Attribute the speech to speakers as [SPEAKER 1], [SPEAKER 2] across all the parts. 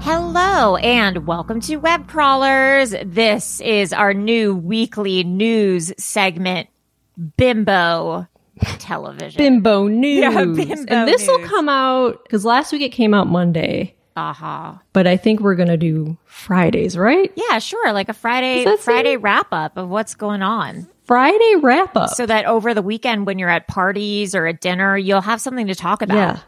[SPEAKER 1] Hello and welcome to Web Crawlers. This is our new weekly news segment, Bimbo Television.
[SPEAKER 2] Bimbo news.
[SPEAKER 1] Yeah, Bimbo
[SPEAKER 2] and this will
[SPEAKER 1] news.
[SPEAKER 2] come out because last week it came out Monday,
[SPEAKER 1] Aha.
[SPEAKER 2] but I think we're gonna do Fridays, right?
[SPEAKER 1] Uh-huh. Yeah, sure. Like a Friday
[SPEAKER 2] Does that
[SPEAKER 1] Friday wrap up of what's going on.
[SPEAKER 2] Friday wrap up.
[SPEAKER 1] So that over the weekend when you're at parties or at dinner, you'll have something to talk about.
[SPEAKER 2] yeah,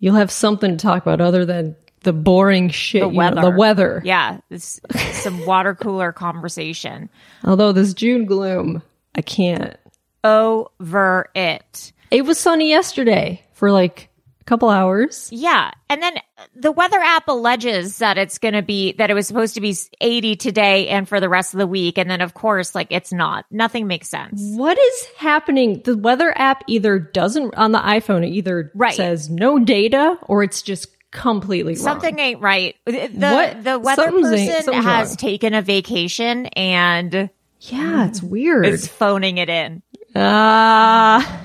[SPEAKER 2] you'll have something to talk about other than the boring shit.
[SPEAKER 1] The
[SPEAKER 2] you know,
[SPEAKER 1] weather.
[SPEAKER 2] the weather.
[SPEAKER 1] Yeah. This, some water cooler conversation.
[SPEAKER 2] Although this June gloom, I can't.
[SPEAKER 1] Over it.
[SPEAKER 2] It was sunny yesterday for like a couple hours.
[SPEAKER 1] Yeah. And then uh, the weather app alleges that it's going to be, that it was supposed to be 80 today and for the rest of the week. And then, of course, like it's not. Nothing makes sense.
[SPEAKER 2] What is happening? The weather app either doesn't on the iPhone, it either
[SPEAKER 1] Right.
[SPEAKER 2] says no data or it's just completely wrong.
[SPEAKER 1] Something ain't right. Uh, The,
[SPEAKER 2] What?
[SPEAKER 1] the weather
[SPEAKER 2] Something's ain't-
[SPEAKER 1] person
[SPEAKER 2] something's
[SPEAKER 1] has
[SPEAKER 2] wrong.
[SPEAKER 1] taken a vacation and
[SPEAKER 2] Yeah, it's weird.
[SPEAKER 1] is phoning it in.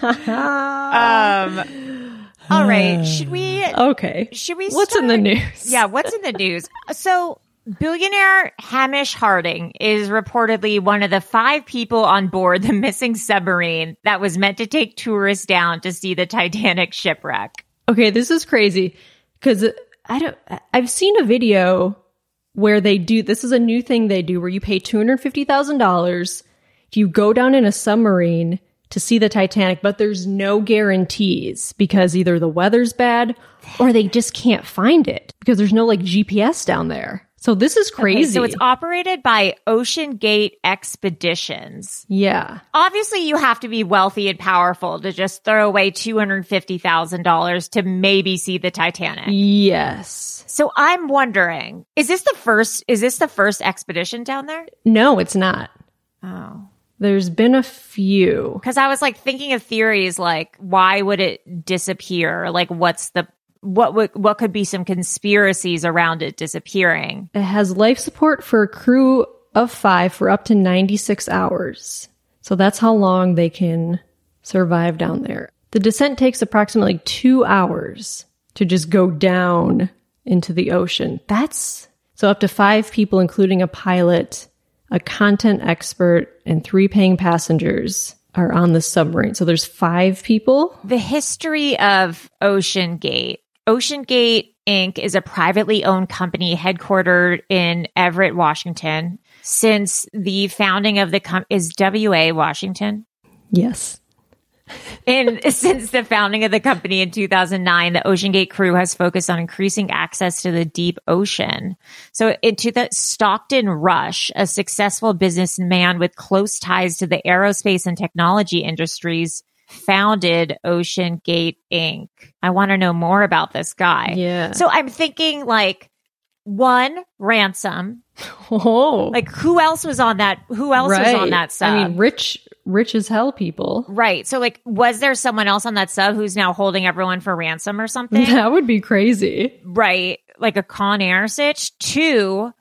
[SPEAKER 2] Ah.
[SPEAKER 1] Um, all right. Should we?
[SPEAKER 2] Oh, okay.
[SPEAKER 1] Should we?
[SPEAKER 2] What's in the
[SPEAKER 1] start-
[SPEAKER 2] news?
[SPEAKER 1] Yeah. What's in the news? Uh, So, billionaire Hamish Harding is reportedly one of the five people on board the missing submarine that was meant to take tourists down to see the Titanic shipwreck.
[SPEAKER 2] Okay, this is crazy because I don't. I- I've seen a video where they do. This is a new thing they do where you pay two hundred fifty thousand dollars. You go down in a submarine to see the Titanic, but there's no guarantees because either the weather's bad or they just can't find it because there's no like GPS down there. So this is
[SPEAKER 1] Okay,
[SPEAKER 2] crazy.
[SPEAKER 1] so it's operated by Ocean Gate Expeditions.
[SPEAKER 2] yeah.
[SPEAKER 1] Obviously, you have to be wealthy and powerful to just throw away two hundred fifty thousand dollars to maybe see the Titanic.
[SPEAKER 2] Yes.
[SPEAKER 1] So I'm wondering, is this the first is this the first expedition down there?
[SPEAKER 2] No, it's not.
[SPEAKER 1] Oh.
[SPEAKER 2] There's been a few.
[SPEAKER 1] Cuz I was like thinking of theories like why would it disappear? Like what's the what would what could be some conspiracies around it disappearing?
[SPEAKER 2] It has life support for a crew of five for up to 96 hours. So that's how long they can survive down there. The descent takes approximately two hours to just go down into the ocean. That's so up to five people, including a pilot, a content expert, and three paying passengers are on the submarine. So there's five people.
[SPEAKER 1] The history of Ocean Gate. Ocean Gate Inc. is a privately owned company headquartered in Everett, Washington. Since the founding of the company is WA Washington.
[SPEAKER 2] Yes.
[SPEAKER 1] In since the founding of the company in 2009, the OceanGate crew has focused on increasing access to the deep ocean. So, into the Stockton Rush, a successful businessman with close ties to the aerospace and technology industries, founded OceanGate Inc. I want to know more about this guy.
[SPEAKER 2] Yeah.
[SPEAKER 1] So, I'm thinking like one ransom.
[SPEAKER 2] Oh,
[SPEAKER 1] Like, who else was on that? Who else was on that sub?
[SPEAKER 2] I mean, rich, rich as hell people.
[SPEAKER 1] Right. So, like, was there someone else on that sub who's now holding everyone for ransom or something?
[SPEAKER 2] That would be crazy.
[SPEAKER 1] right. Like a con air sitch. Two,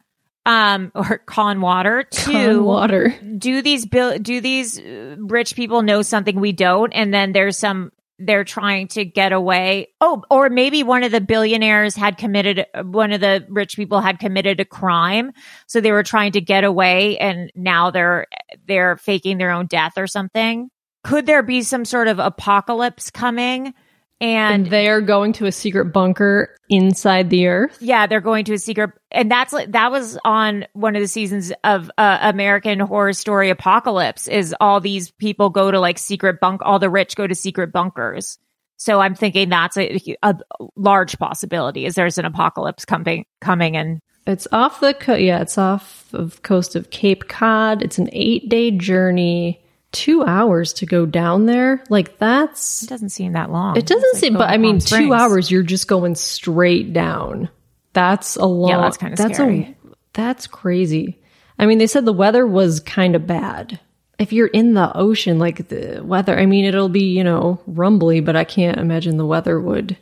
[SPEAKER 1] um, or con water. Two,
[SPEAKER 2] Con water.
[SPEAKER 1] do these bill? Do these uh, rich people know something we don't? And then there's some. They're trying to get away. Oh, or maybe one of the billionaires had committed, one of the rich people had committed a crime. So they were trying to get away and now they're, they're faking their own death or something. Could there be some sort of apocalypse coming?
[SPEAKER 2] And
[SPEAKER 1] And
[SPEAKER 2] they're going to a secret bunker inside the earth.
[SPEAKER 1] yeah, they're going to a secret, and that's like that was on one of the seasons of uh, American Horror Story Apocalypse. Is all these people go to like secret bunk? All the rich go to secret bunkers. So I'm thinking that's a, a large possibility. Is there's an apocalypse coming? Coming and
[SPEAKER 2] It's off the co- yeah, it's off of coast of Cape Cod. It's an eight day journey, two hours to go down there. Like that's
[SPEAKER 1] it doesn't seem that long.
[SPEAKER 2] it
[SPEAKER 1] It's
[SPEAKER 2] doesn't
[SPEAKER 1] like
[SPEAKER 2] seem,
[SPEAKER 1] going
[SPEAKER 2] but
[SPEAKER 1] to
[SPEAKER 2] I mean,
[SPEAKER 1] Palm
[SPEAKER 2] two
[SPEAKER 1] Springs.
[SPEAKER 2] hours you're just going straight down. That's a long.
[SPEAKER 1] that's kinda
[SPEAKER 2] that's
[SPEAKER 1] scary.
[SPEAKER 2] A, that's crazy. I mean, they said the weather was kind of bad. If you're in the ocean, like the weather, I mean, it'll be you know rumbly, but I can't imagine the weather would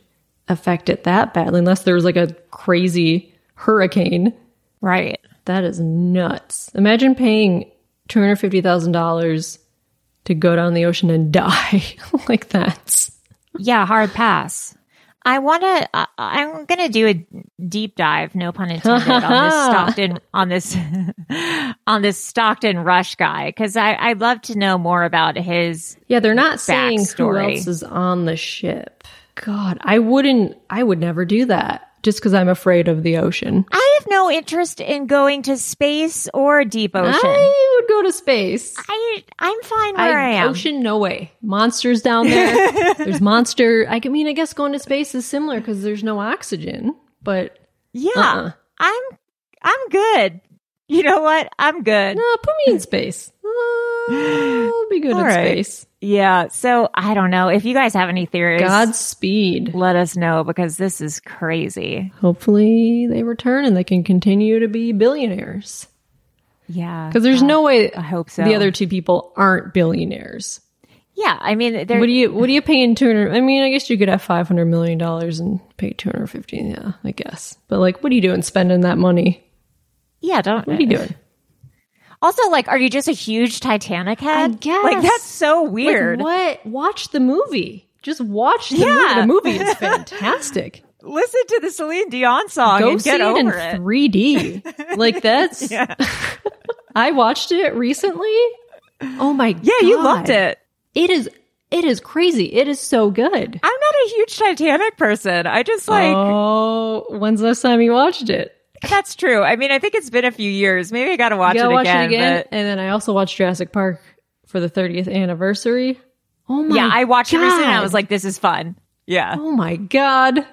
[SPEAKER 2] affect it that badly unless there was like a crazy hurricane.
[SPEAKER 1] right?
[SPEAKER 2] That is nuts. Imagine paying two hundred fifty thousand dollars to go down the ocean and die like that.
[SPEAKER 1] Yeah, hard pass. I want to. Uh, I'm going to do a deep dive, no pun intended, on this Stockton on this on this Stockton Rush guy because I I'd love to know more about his.
[SPEAKER 2] Yeah, they're not saying
[SPEAKER 1] backstory.
[SPEAKER 2] who else is on the ship. God, I wouldn't. I would never do that just because I'm afraid of the ocean.
[SPEAKER 1] I have no interest in going to space or deep ocean. I,
[SPEAKER 2] I would go to space.
[SPEAKER 1] I am fine where I, am.
[SPEAKER 2] Ocean, no way. Monsters down there. there's monster. I mean, I guess going to space is similar because there's no oxygen. But
[SPEAKER 1] Yeah,
[SPEAKER 2] Uh-uh.
[SPEAKER 1] I'm I'm good. You know what? I'm good.
[SPEAKER 2] no, put me in space. I'll be good
[SPEAKER 1] All
[SPEAKER 2] in
[SPEAKER 1] right.
[SPEAKER 2] space.
[SPEAKER 1] Yeah. So I don't know if you guys have any theories.
[SPEAKER 2] Godspeed.
[SPEAKER 1] let us know because this is crazy.
[SPEAKER 2] Hopefully they return and they can continue to be billionaires.
[SPEAKER 1] Yeah.
[SPEAKER 2] Because there's no way
[SPEAKER 1] I hope so.
[SPEAKER 2] the other two people aren't billionaires.
[SPEAKER 1] Yeah, I mean, there.
[SPEAKER 2] What do you what do you pay in two hundred? I mean, I guess you could have five hundred million dollars and pay two hundred fifty. Yeah, I guess. But like, what are you doing spending that money?
[SPEAKER 1] yeah, don't.
[SPEAKER 2] What are you doing?
[SPEAKER 1] Also, like, are you just a huge Titanic head?
[SPEAKER 2] guess.
[SPEAKER 1] Like that's so weird.
[SPEAKER 2] Like, what? Watch the movie. Just watch the
[SPEAKER 1] Yeah.
[SPEAKER 2] movie. The movie is fantastic.
[SPEAKER 1] Listen to the Celine Dion song
[SPEAKER 2] Go
[SPEAKER 1] and
[SPEAKER 2] see
[SPEAKER 1] get
[SPEAKER 2] it in
[SPEAKER 1] over it.
[SPEAKER 2] three D. Like that's. I watched it recently. Oh my god!
[SPEAKER 1] yeah, you loved it.
[SPEAKER 2] It is. It is crazy. It is so good.
[SPEAKER 1] I'm not a huge Titanic person. I just like
[SPEAKER 2] oh, when's the last time you watched it?
[SPEAKER 1] that's true. I mean, I think it's been a few years. Maybe I gotta watch
[SPEAKER 2] You
[SPEAKER 1] it
[SPEAKER 2] gotta watch
[SPEAKER 1] again.
[SPEAKER 2] it again.
[SPEAKER 1] but-
[SPEAKER 2] And then I also watched Jurassic Park for the 30th anniversary. Oh my!
[SPEAKER 1] yeah, I watched
[SPEAKER 2] god.
[SPEAKER 1] it recently. and I was like, this is fun. Yeah,
[SPEAKER 2] oh my god,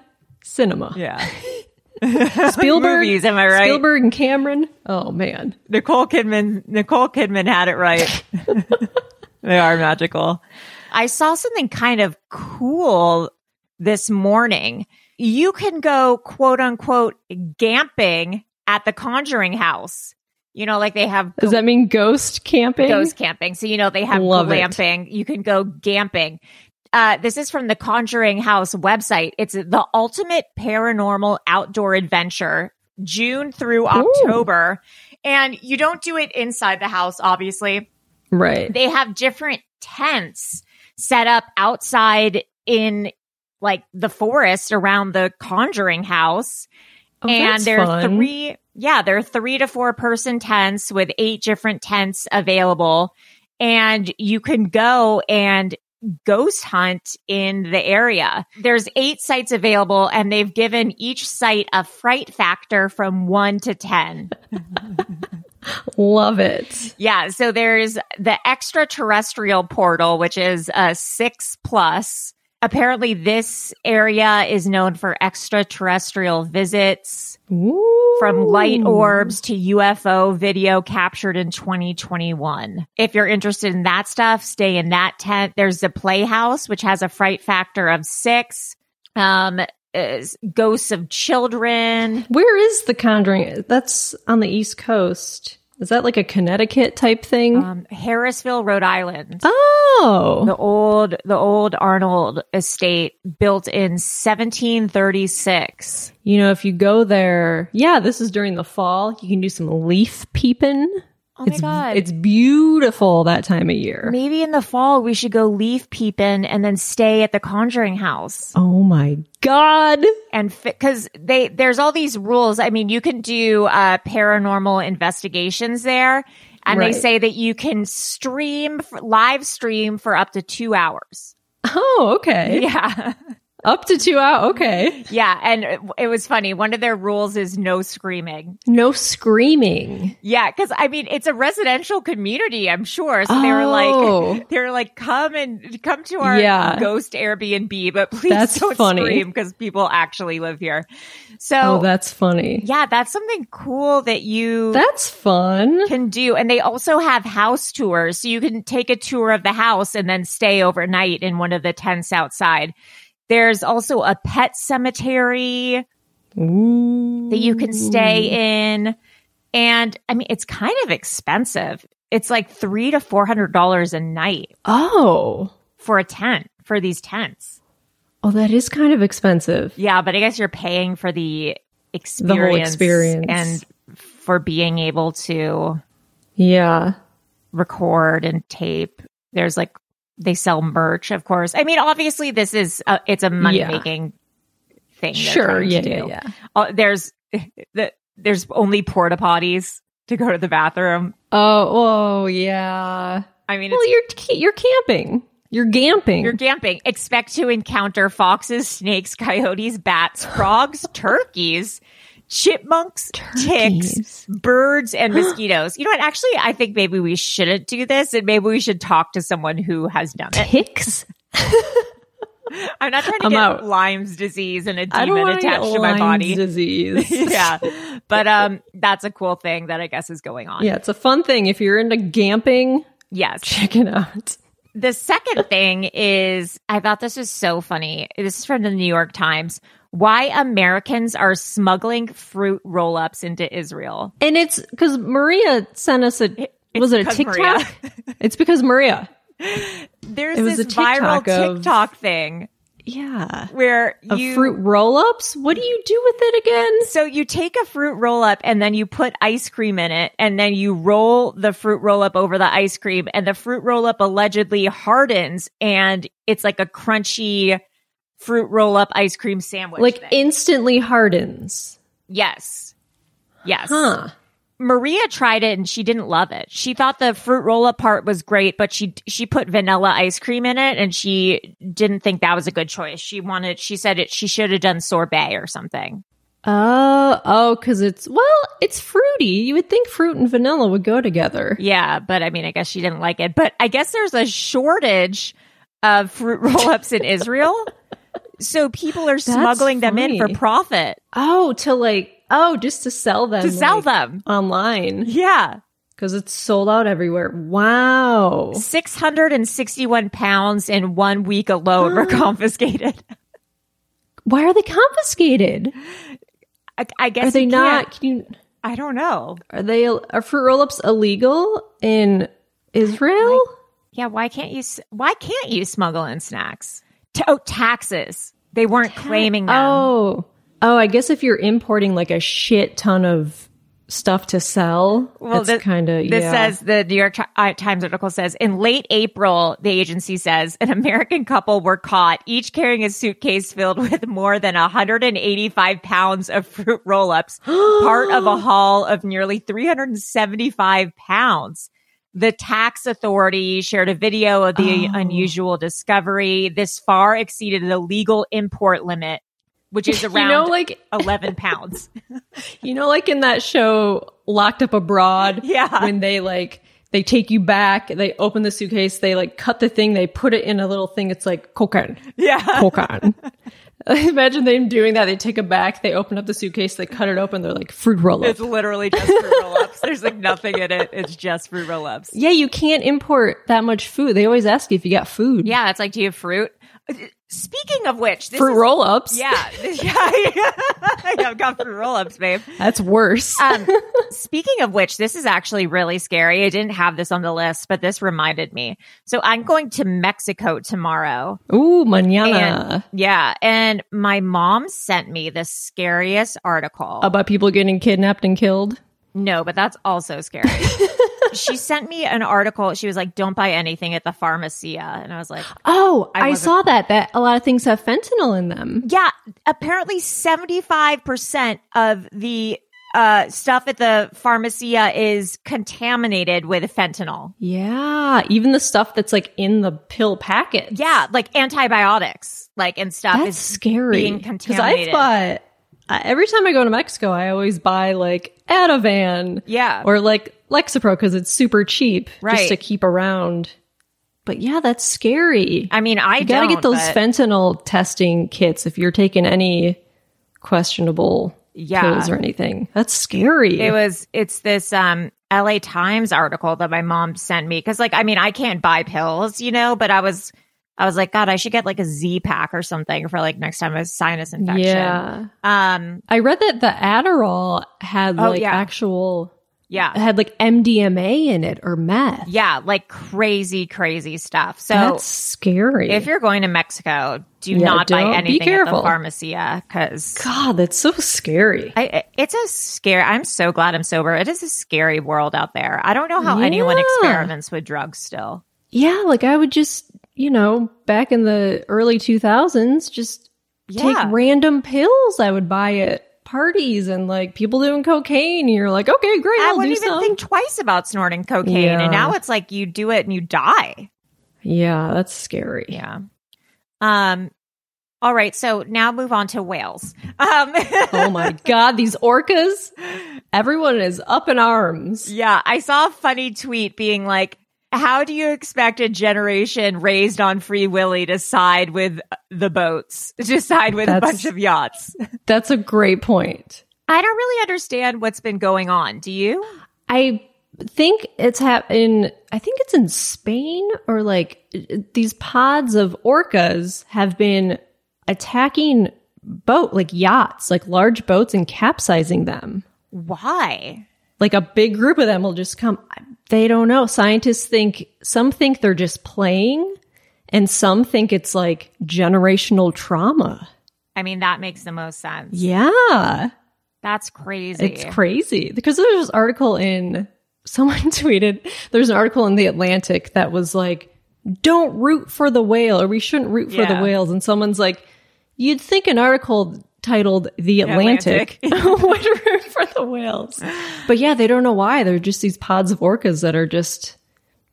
[SPEAKER 2] cinema.
[SPEAKER 1] yeah.
[SPEAKER 2] Spielberg,
[SPEAKER 1] Movies, am I right?
[SPEAKER 2] Spielberg and Cameron. Oh man,
[SPEAKER 1] Nicole Kidman Nicole Kidman had it right. they are magical. I saw something kind of cool this morning. You can go quote unquote gamping at the Conjuring House. You know, like they have
[SPEAKER 2] does that mean ghost camping?
[SPEAKER 1] ghost camping. So you know they have
[SPEAKER 2] Love it.
[SPEAKER 1] glamping. You can go gamping. Uh, this is from the Conjuring House website. It's the ultimate paranormal outdoor adventure, June through October. And you don't do it inside the house, obviously.
[SPEAKER 2] right?
[SPEAKER 1] They have different tents set up outside in like the forest around the Conjuring House
[SPEAKER 2] Oh,
[SPEAKER 1] and
[SPEAKER 2] that's
[SPEAKER 1] there are
[SPEAKER 2] fun.
[SPEAKER 1] three yeah there are three to four person tents with eight different tents available and you can go and ghost hunt in the area there's eight sites available and they've given each site a fright factor from one to ten
[SPEAKER 2] Love it.
[SPEAKER 1] Yeah, so there's the extraterrestrial portal, which is a six plus. Apparently, this area is known for extraterrestrial visits
[SPEAKER 2] Ooh.
[SPEAKER 1] from light orbs to UFO video captured in 2021. If you're interested in that stuff, stay in that tent. There's the Playhouse, which has a fright factor of six. Um, is ghosts of children.
[SPEAKER 2] Where is the Conjuring? That's on the East Coast. Is that like a Connecticut type thing?
[SPEAKER 1] Um, Harrisville, Rhode Island.
[SPEAKER 2] oh,
[SPEAKER 1] the old the old Arnold estate built in 1736.
[SPEAKER 2] you know, if you go there, yeah, this is during the fall. You can do some leaf peeping.
[SPEAKER 1] Oh
[SPEAKER 2] it's,
[SPEAKER 1] my god.
[SPEAKER 2] It's beautiful that time of year.
[SPEAKER 1] Maybe in the fall we should go leaf peeping and then stay at the conjuring house.
[SPEAKER 2] oh my God.
[SPEAKER 1] And cuz they there's all these rules. I mean, you can do uh paranormal investigations there and
[SPEAKER 2] Right.
[SPEAKER 1] they say that you can stream f- live stream for up to 2 hours.
[SPEAKER 2] Oh, okay.
[SPEAKER 1] Yeah.
[SPEAKER 2] Up to two hours. Okay.
[SPEAKER 1] yeah, and it, it was funny. One of their rules is no screaming.
[SPEAKER 2] No screaming.
[SPEAKER 1] Yeah, because I mean, it's a residential community, I'm sure. So they were
[SPEAKER 2] Oh.
[SPEAKER 1] like, they were like, come and come to our
[SPEAKER 2] Yeah.
[SPEAKER 1] ghost Airbnb, but please
[SPEAKER 2] That's
[SPEAKER 1] don't
[SPEAKER 2] funny.
[SPEAKER 1] scream because people actually live here. So
[SPEAKER 2] Oh, that's funny.
[SPEAKER 1] yeah, that's something cool that you
[SPEAKER 2] That's fun.
[SPEAKER 1] can do. And they also have house tours, so you can take a tour of the house and then stay overnight in one of the tents outside. There's also a pet cemetery that you can stay in. And I mean, it's kind of expensive. It's like three to four hundred dollars a night
[SPEAKER 2] Oh.
[SPEAKER 1] for a tent for these tents.
[SPEAKER 2] Oh, that is kind of expensive.
[SPEAKER 1] Yeah, but I guess you're paying for the experience,
[SPEAKER 2] experience.
[SPEAKER 1] and for being able to
[SPEAKER 2] Yeah.
[SPEAKER 1] record and tape. There's like they sell merch, of course. I mean, obviously, this is a, it's a money making thing. they're
[SPEAKER 2] Sure,
[SPEAKER 1] trying to
[SPEAKER 2] yeah,
[SPEAKER 1] do.
[SPEAKER 2] yeah, yeah.
[SPEAKER 1] Uh, there's the, there's only porta potties to go to the bathroom.
[SPEAKER 2] Oh, oh yeah.
[SPEAKER 1] I mean,
[SPEAKER 2] Well,
[SPEAKER 1] it's,
[SPEAKER 2] you're ca- you're camping. You're gamping.
[SPEAKER 1] you're camping. Expect to encounter foxes, snakes, coyotes, bats, frogs, turkeys. Chipmunks, ticks,
[SPEAKER 2] Turkeys.
[SPEAKER 1] birds, and mosquitoes. You know what? Actually, I think maybe we shouldn't do this, and maybe we should talk to someone who has done it.
[SPEAKER 2] Ticks?
[SPEAKER 1] I'm not trying to
[SPEAKER 2] I'm
[SPEAKER 1] get
[SPEAKER 2] out.
[SPEAKER 1] Lyme's disease and a
[SPEAKER 2] I don't
[SPEAKER 1] demon
[SPEAKER 2] want to get
[SPEAKER 1] attached to my
[SPEAKER 2] Lyme's
[SPEAKER 1] body.
[SPEAKER 2] disease.
[SPEAKER 1] yeah. But um that's a cool thing that I guess is going on.
[SPEAKER 2] yeah, it's a fun thing if you're into gamping.
[SPEAKER 1] Yes.
[SPEAKER 2] Check it out.
[SPEAKER 1] The second thing is I thought this was so funny. This is from the New York Times. Why Americans are smuggling fruit roll-ups into Israel.
[SPEAKER 2] And it's because Maria sent us a was it a
[SPEAKER 1] because
[SPEAKER 2] TikTok? it's because Maria.
[SPEAKER 1] There's
[SPEAKER 2] It was
[SPEAKER 1] this
[SPEAKER 2] a TikTok
[SPEAKER 1] viral
[SPEAKER 2] of-
[SPEAKER 1] TikTok thing
[SPEAKER 2] Yeah.
[SPEAKER 1] where
[SPEAKER 2] Of
[SPEAKER 1] you
[SPEAKER 2] fruit roll ups? What do you do with it again?
[SPEAKER 1] So you take a fruit roll up and then you put ice cream in it and then you roll the fruit roll up over the ice cream and the fruit roll up allegedly hardens and it's like a crunchy fruit roll up ice cream sandwich.
[SPEAKER 2] Like
[SPEAKER 1] thing.
[SPEAKER 2] instantly hardens.
[SPEAKER 1] yes. Yes.
[SPEAKER 2] Huh.
[SPEAKER 1] Maria tried it and she didn't love it. She thought the fruit roll up part was great, but she she put vanilla ice cream in it and she didn't think that was a good choice. She wanted she said it she should have done sorbet or something.
[SPEAKER 2] Oh, oh, because it's well, it's fruity. You would think fruit and vanilla would go together.
[SPEAKER 1] Yeah, but I mean, I guess she didn't like it. But I guess there's a shortage of fruit roll ups in Israel. So people are smuggling them in for
[SPEAKER 2] funny.
[SPEAKER 1] profit
[SPEAKER 2] Oh, to like oh, just to sell them
[SPEAKER 1] to sell
[SPEAKER 2] like,
[SPEAKER 1] them.
[SPEAKER 2] online
[SPEAKER 1] Yeah.
[SPEAKER 2] because it's sold out everywhere. Wow,
[SPEAKER 1] 661 pounds in one week alone were confiscated.
[SPEAKER 2] why are they confiscated?
[SPEAKER 1] I, I guess
[SPEAKER 2] Are they
[SPEAKER 1] you
[SPEAKER 2] not?
[SPEAKER 1] can't-
[SPEAKER 2] Can you,
[SPEAKER 1] I don't know.
[SPEAKER 2] are they are fruit roll ups illegal in Israel?
[SPEAKER 1] Yeah. Why can't you? s- Why can't you smuggle in snacks? T- oh, taxes. They weren't claiming them.
[SPEAKER 2] Oh, oh, I guess if you're importing like a shit ton of stuff to sell, well,
[SPEAKER 1] thi-
[SPEAKER 2] that's kind of
[SPEAKER 1] this
[SPEAKER 2] yeah.
[SPEAKER 1] says the New York Ti- uh, Times article says in late April, the agency says an American couple were caught, each carrying a suitcase filled with more than 185 pounds of fruit roll-ups, part of a haul of nearly 375 pounds. The tax authority shared a video of the
[SPEAKER 2] Oh.
[SPEAKER 1] unusual discovery. This far exceeded the legal import limit, which is
[SPEAKER 2] You
[SPEAKER 1] around
[SPEAKER 2] know, like-
[SPEAKER 1] 11 pounds.
[SPEAKER 2] You know, like in that show, locked up abroad.
[SPEAKER 1] Yeah.
[SPEAKER 2] When they like, they take you back, they open the suitcase, they like cut the thing, they put it in a little thing. It's like cocaine,
[SPEAKER 1] Yeah.
[SPEAKER 2] cocaine. Imagine them doing that. They take it back, they open up the suitcase, they cut it open, they're like fruit roll up.
[SPEAKER 1] It's literally just fruit roll ups. There's like nothing in it. It's just fruit roll ups.
[SPEAKER 2] Yeah, you can't import that much food. They always ask you if you got food.
[SPEAKER 1] Yeah, it's like, do you have fruit? Speaking of which, this
[SPEAKER 2] Fruit
[SPEAKER 1] is-
[SPEAKER 2] roll ups.
[SPEAKER 1] Yeah, this- yeah, yeah. I've got fruit roll ups, babe.
[SPEAKER 2] That's worse.
[SPEAKER 1] Um, speaking of which, this is actually really scary. I didn't have this on the list, but this reminded me. So I'm going to Mexico tomorrow.
[SPEAKER 2] Ooh,
[SPEAKER 1] And,
[SPEAKER 2] manana.
[SPEAKER 1] yeah. And my mom sent me the scariest article.
[SPEAKER 2] About people getting kidnapped and killed.
[SPEAKER 1] No, but that's also scary. she sent me an article. She was like, don't buy anything at the pharmacia. And I was like,
[SPEAKER 2] Oh,
[SPEAKER 1] I
[SPEAKER 2] I,
[SPEAKER 1] wasn't-
[SPEAKER 2] saw that. That a lot of things have fentanyl in them.
[SPEAKER 1] yeah, apparently 75% of the uh, stuff at the pharmacia is contaminated with fentanyl.
[SPEAKER 2] Yeah, even the stuff that's like in the pill packet.
[SPEAKER 1] Yeah, like antibiotics, like and stuff
[SPEAKER 2] that's
[SPEAKER 1] is
[SPEAKER 2] scary.
[SPEAKER 1] being
[SPEAKER 2] I
[SPEAKER 1] contaminated.
[SPEAKER 2] bought I- every time I go to Mexico, I always buy like Ativan.
[SPEAKER 1] Yeah.
[SPEAKER 2] or like Lexapro because it's super cheap,
[SPEAKER 1] Right.
[SPEAKER 2] Just to keep around. But yeah, that's scary.
[SPEAKER 1] I mean, I
[SPEAKER 2] you gotta
[SPEAKER 1] don't,
[SPEAKER 2] get those
[SPEAKER 1] but-
[SPEAKER 2] fentanyl testing kits if you're taking any questionable
[SPEAKER 1] Yeah.
[SPEAKER 2] pills or anything. That's scary.
[SPEAKER 1] It was it's this um LA Times article that my mom sent me cuz like I mean I can't buy pills, you know, but I was I was like god, I should get like a Z pack or something for like next time I have a sinus infection.
[SPEAKER 2] yeah.
[SPEAKER 1] Um
[SPEAKER 2] I read that the Adderall had
[SPEAKER 1] Oh,
[SPEAKER 2] like
[SPEAKER 1] yeah.
[SPEAKER 2] actual
[SPEAKER 1] yeah.
[SPEAKER 2] had like MDMA in it or meth.
[SPEAKER 1] Yeah, like crazy crazy stuff. So
[SPEAKER 2] That's scary.
[SPEAKER 1] if you're going to Mexico, do
[SPEAKER 2] Yeah,
[SPEAKER 1] not buy
[SPEAKER 2] don't- be
[SPEAKER 1] anything at the
[SPEAKER 2] careful.
[SPEAKER 1] pharmacia cuz
[SPEAKER 2] God, that's so scary.
[SPEAKER 1] I, it's a scary. I'm so glad I'm sober. It is a scary world out there. I don't know how anyone
[SPEAKER 2] Yeah.
[SPEAKER 1] experiments with drugs still.
[SPEAKER 2] yeah, like I would just, you know, back in the early 2000s, just
[SPEAKER 1] Yeah.
[SPEAKER 2] take random pills I would buy at parties and like people doing cocaine. And you're like, okay, great,
[SPEAKER 1] I
[SPEAKER 2] I'll do
[SPEAKER 1] wouldn't even
[SPEAKER 2] some.
[SPEAKER 1] think twice about snorting cocaine.
[SPEAKER 2] Yeah.
[SPEAKER 1] And now it's like you do it and you die.
[SPEAKER 2] yeah, that's scary.
[SPEAKER 1] Yeah. Um, all right. So now move on to whales. Um,
[SPEAKER 2] oh my God, these orcas. Everyone is up in arms.
[SPEAKER 1] yeah. I saw a funny tweet being like, how do you expect a generation raised on free willy to side with the boats, to side with a
[SPEAKER 2] That's-
[SPEAKER 1] bunch of yachts?
[SPEAKER 2] That's a great point.
[SPEAKER 1] I don't really understand what's been going on. Do you?
[SPEAKER 2] I think it's hap- in I think it's in Spain or like uh, these pods of orcas have been attacking boat like yachts, like large boats and capsizing them.
[SPEAKER 1] Why?
[SPEAKER 2] Like a big group of them will just come they don't know. Scientists think some think they're just playing and some think it's like generational trauma.
[SPEAKER 1] I mean, that makes the most sense.
[SPEAKER 2] Yeah.
[SPEAKER 1] That's crazy.
[SPEAKER 2] It's crazy because there's this article in someone tweeted there's an article in the Atlantic that was like, "Don't root for the whale," or "We shouldn't root for
[SPEAKER 1] Yeah.
[SPEAKER 2] the whales," and someone's like, "You'd think an article titled The Atlantic, would root for the whales," but yeah, they don't know why. They're just these pods of orcas that are just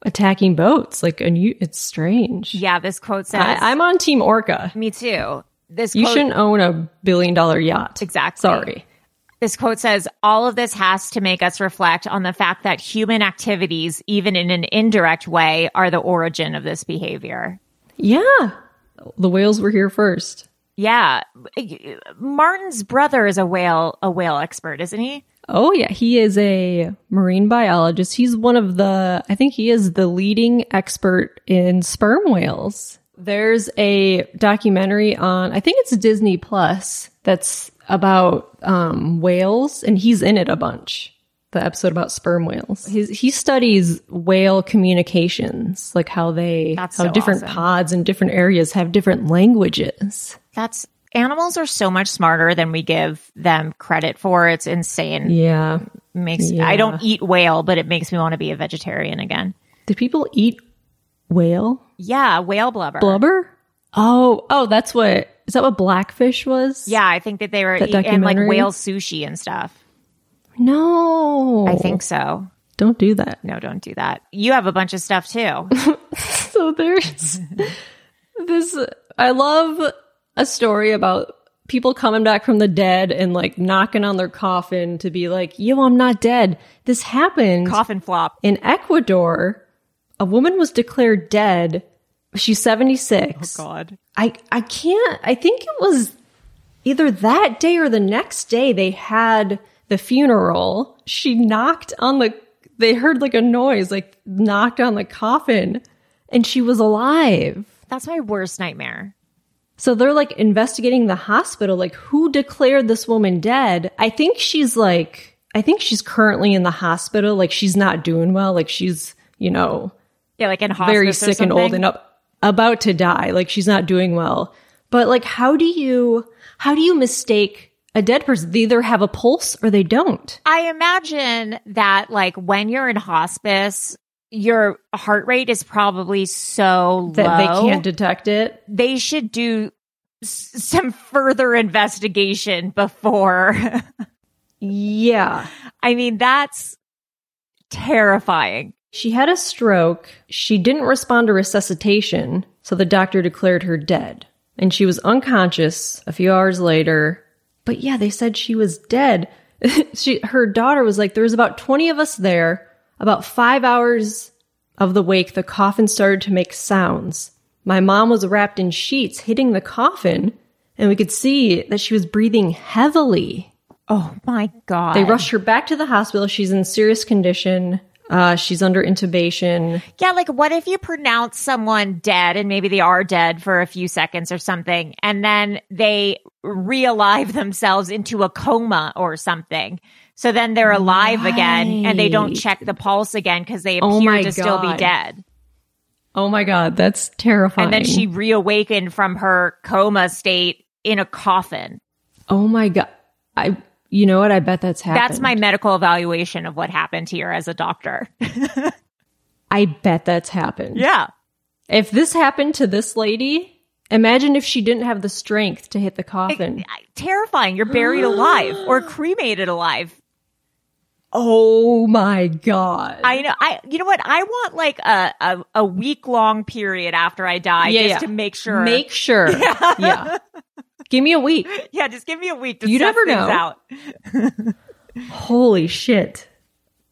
[SPEAKER 2] attacking boats. Like, and you, it's strange.
[SPEAKER 1] yeah. This quote says,
[SPEAKER 2] I, I'm on Team Orca.
[SPEAKER 1] Me too. This
[SPEAKER 2] You
[SPEAKER 1] quote,
[SPEAKER 2] shouldn't own a billion dollar yacht.
[SPEAKER 1] Exactly.
[SPEAKER 2] Sorry.
[SPEAKER 1] This quote says, "All of this has to make us reflect on the fact that human activities, even in an indirect way, are the origin of this behavior."
[SPEAKER 2] Yeah. The whales were here first.
[SPEAKER 1] Yeah, Martin's brother is a whale a whale expert, isn't he?
[SPEAKER 2] Oh, yeah. He is a marine biologist. He's one of the, I think he is the leading expert in sperm whales. There's a documentary on, I think it's Disney Plus, that's about um, whales, and he's in it a bunch. The episode about sperm whales. He's, he studies whale communications, like how they,
[SPEAKER 1] That's
[SPEAKER 2] how
[SPEAKER 1] so
[SPEAKER 2] different
[SPEAKER 1] awesome.
[SPEAKER 2] pods in different areas have different languages.
[SPEAKER 1] That's animals are so much smarter than we give them credit for. It's insane.
[SPEAKER 2] Yeah.
[SPEAKER 1] Makes I don't eat whale, but it makes me want to be a vegetarian again.
[SPEAKER 2] Do people eat whale?
[SPEAKER 1] Yeah, whale blubber.
[SPEAKER 2] blubber oh oh that's what is that what blackfish was
[SPEAKER 1] Yeah, I think that they were
[SPEAKER 2] That
[SPEAKER 1] eat- and like
[SPEAKER 2] documentary?
[SPEAKER 1] whale sushi and stuff.
[SPEAKER 2] no
[SPEAKER 1] I think so.
[SPEAKER 2] don't do that
[SPEAKER 1] No, don't do that. You have a bunch of stuff too.
[SPEAKER 2] so there's this i love a story about people coming back from the dead and like knocking on their coffin to be like, yo, I'm not dead. This happened
[SPEAKER 1] Coffin flop.
[SPEAKER 2] in Ecuador. A woman was declared dead. She's 76.
[SPEAKER 1] Oh, God.
[SPEAKER 2] I I can't. I think it was either that day or the next day they had the funeral. She knocked on the. They heard like a noise, like knocked on the coffin, and she was alive.
[SPEAKER 1] That's my worst nightmare.
[SPEAKER 2] So they're like investigating the hospital, like who declared this woman dead? I think she's like, I think she's currently in the hospital. Like she's not doing well. Like she's, you know,
[SPEAKER 1] Yeah, like in hospice
[SPEAKER 2] very
[SPEAKER 1] or
[SPEAKER 2] sick and old
[SPEAKER 1] something.
[SPEAKER 2] and up, about to die. Like she's not doing well. But like, how do you how do you mistake a dead person? They either have a pulse or they don't.
[SPEAKER 1] I imagine that like when you're in hospice, your heart rate is probably so
[SPEAKER 2] That they
[SPEAKER 1] low.
[SPEAKER 2] can't detect it.
[SPEAKER 1] They should do s- some further investigation before.
[SPEAKER 2] Yeah,
[SPEAKER 1] I mean, that's terrifying.
[SPEAKER 2] she had a stroke. She didn't respond to resuscitation, so the doctor declared her dead, and she was unconscious a few hours later. But yeah, they said she was dead. she her daughter was like, there was about twenty of us there. About five hours of the wake, the coffin started to make sounds. My mom was wrapped in sheets, hitting the coffin, and we could see that she was breathing heavily.
[SPEAKER 1] Oh my god!
[SPEAKER 2] They rushed her back to the hospital. She's in serious condition. Uh, she's under intubation.
[SPEAKER 1] Yeah, like what if you pronounce someone dead and maybe they are dead for a few seconds or something, and then they realive themselves into a coma or something. So then they're alive again and they don't check the pulse again because they
[SPEAKER 2] Oh
[SPEAKER 1] appear
[SPEAKER 2] my
[SPEAKER 1] to still be
[SPEAKER 2] God.
[SPEAKER 1] dead.
[SPEAKER 2] Oh my god, that's terrifying.
[SPEAKER 1] And then she reawakened from her coma state in a coffin.
[SPEAKER 2] Oh my god. I you know what? I bet that's happened.
[SPEAKER 1] That's my medical evaluation of what happened here as a doctor.
[SPEAKER 2] I bet that's happened.
[SPEAKER 1] yeah.
[SPEAKER 2] If this happened to this lady, imagine if she didn't have the strength to hit the coffin.
[SPEAKER 1] Terrifying. You're buried alive or cremated alive.
[SPEAKER 2] oh my god.
[SPEAKER 1] I know. I you know what? I want like a a, a week long period after I die
[SPEAKER 2] Yeah,
[SPEAKER 1] just to
[SPEAKER 2] yeah.
[SPEAKER 1] make sure.
[SPEAKER 2] Make sure. Yeah. Give me a week.
[SPEAKER 1] yeah, just give me a week to
[SPEAKER 2] You
[SPEAKER 1] suss
[SPEAKER 2] never
[SPEAKER 1] things
[SPEAKER 2] know.
[SPEAKER 1] out.
[SPEAKER 2] Holy shit.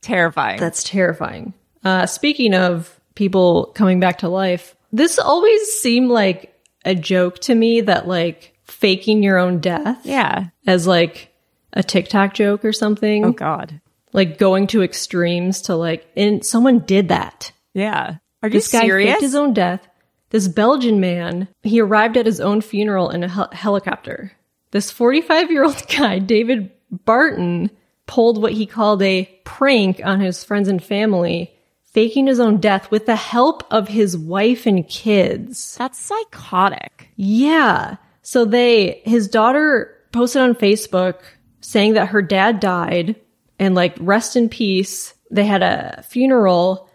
[SPEAKER 1] Terrifying.
[SPEAKER 2] That's terrifying. Uh, speaking of people coming back to life, this always seemed like a joke to me that like faking your own death
[SPEAKER 1] yeah.
[SPEAKER 2] as like a TikTok joke or something,
[SPEAKER 1] Oh God.
[SPEAKER 2] like going to extremes to like, and someone did that.
[SPEAKER 1] Yeah. Are you
[SPEAKER 2] This guy
[SPEAKER 1] serious?
[SPEAKER 2] faked his own death. This Belgian man, he arrived at his own funeral in a hel- helicopter. This 45 year old guy, David Barton, pulled what he called a prank on his friends and family, faking his own death with the help of his wife and kids.
[SPEAKER 1] That's psychotic.
[SPEAKER 2] Yeah. So they, his daughter posted on Facebook saying that her dad died and like rest in peace. They had a funeral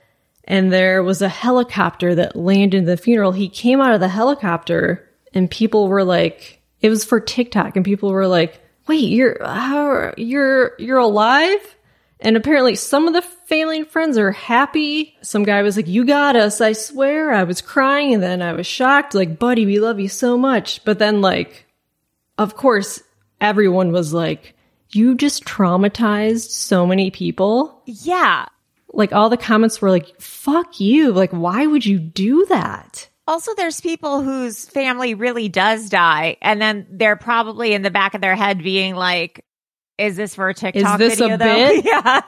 [SPEAKER 2] and there was a helicopter that landed the funeral. He came out of the helicopter and people were like, it was for TikTok and people were like, wait, you're, how, you're, you're alive? And apparently, some of the family and friends are happy. Some guy was like, You got us, I swear. I was crying and then I was shocked. Like, buddy, we love you so much. But then, like, of course, everyone was like, You just traumatized so many people.
[SPEAKER 1] Yeah.
[SPEAKER 2] Like, all the comments were like, Fuck you. Like, why would you do that?
[SPEAKER 1] Also, there's people whose family really does die, and then they're probably in the back of their head being like, "Is this for a TikTok
[SPEAKER 2] this a
[SPEAKER 1] video?" though?
[SPEAKER 2] bit?
[SPEAKER 1] yeah.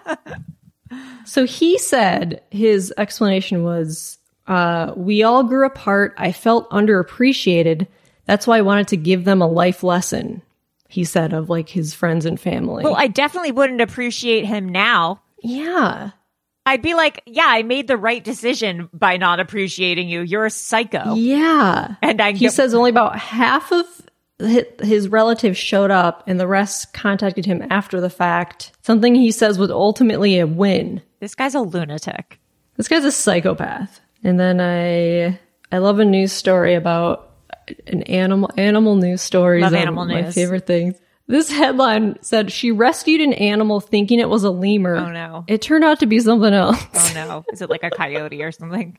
[SPEAKER 2] So he said his explanation was uh, We all grew apart. I felt underappreciated. That's why I wanted to give them a life lesson, he said, of like his friends and family.
[SPEAKER 1] Well, I definitely wouldn't appreciate him now.
[SPEAKER 2] yeah.
[SPEAKER 1] I'd be like, yeah, I made the right decision by not appreciating you. You're a psycho.
[SPEAKER 2] Yeah.
[SPEAKER 1] And I
[SPEAKER 2] He
[SPEAKER 1] get-
[SPEAKER 2] says only about half of hi- his relatives showed up and the rest contacted him after the fact. Something he says was ultimately a win.
[SPEAKER 1] This guy's a lunatic.
[SPEAKER 2] This guy's a psychopath. And then I I love a news story about an animal animal news stories.
[SPEAKER 1] Love
[SPEAKER 2] are
[SPEAKER 1] animal
[SPEAKER 2] my
[SPEAKER 1] news.
[SPEAKER 2] favorite things. This headline said she rescued an animal thinking it was a lemur.
[SPEAKER 1] Oh, no.
[SPEAKER 2] It turned out to be something else.
[SPEAKER 1] Oh no. Is it like a coyote or something?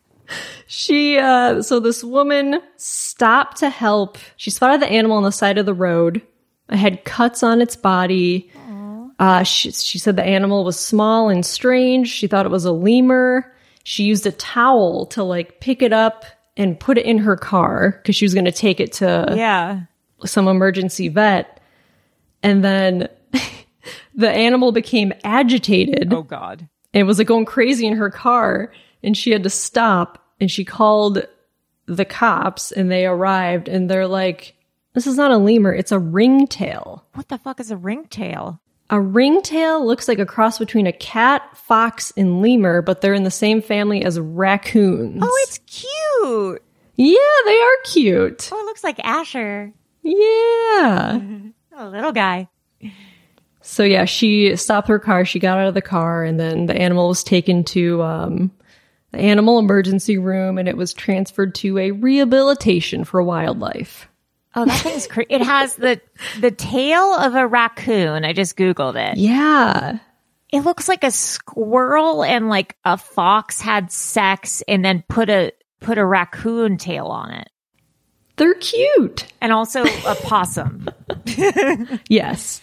[SPEAKER 2] She uh so this woman stopped to help. She spotted the animal on the side of the road It had cuts on its body. Uh, she, she said the animal was small and strange. She thought it was a lemur. She used a towel to like pick it up and put it in her car because she was going to take it to
[SPEAKER 1] Yeah.
[SPEAKER 2] some emergency vet. And then the animal became agitated
[SPEAKER 1] Oh God.
[SPEAKER 2] and was like going crazy in her car and she had to stop and she called the cops and they arrived and they're like this is not a lemur it's a ringtail
[SPEAKER 1] What the fuck is a ringtail?
[SPEAKER 2] a ringtail looks like a cross between a cat fox and lemur but they're in the same family as raccoons
[SPEAKER 1] Oh, it's cute.
[SPEAKER 2] yeah they are cute
[SPEAKER 1] Oh, it looks like Asher,
[SPEAKER 2] yeah
[SPEAKER 1] a little guy.
[SPEAKER 2] So yeah, she stopped her car. She got out of the car, and then the animal was taken to um, the animal emergency room, and it was transferred to a rehabilitation for wildlife.
[SPEAKER 1] Oh, that thing's crazy. It has the the tail of a raccoon. I just googled it.
[SPEAKER 2] Yeah,
[SPEAKER 1] It looks like a squirrel and like a fox had sex and then put a put a raccoon tail on it.
[SPEAKER 2] they're cute.
[SPEAKER 1] And also a possum.
[SPEAKER 2] Yes,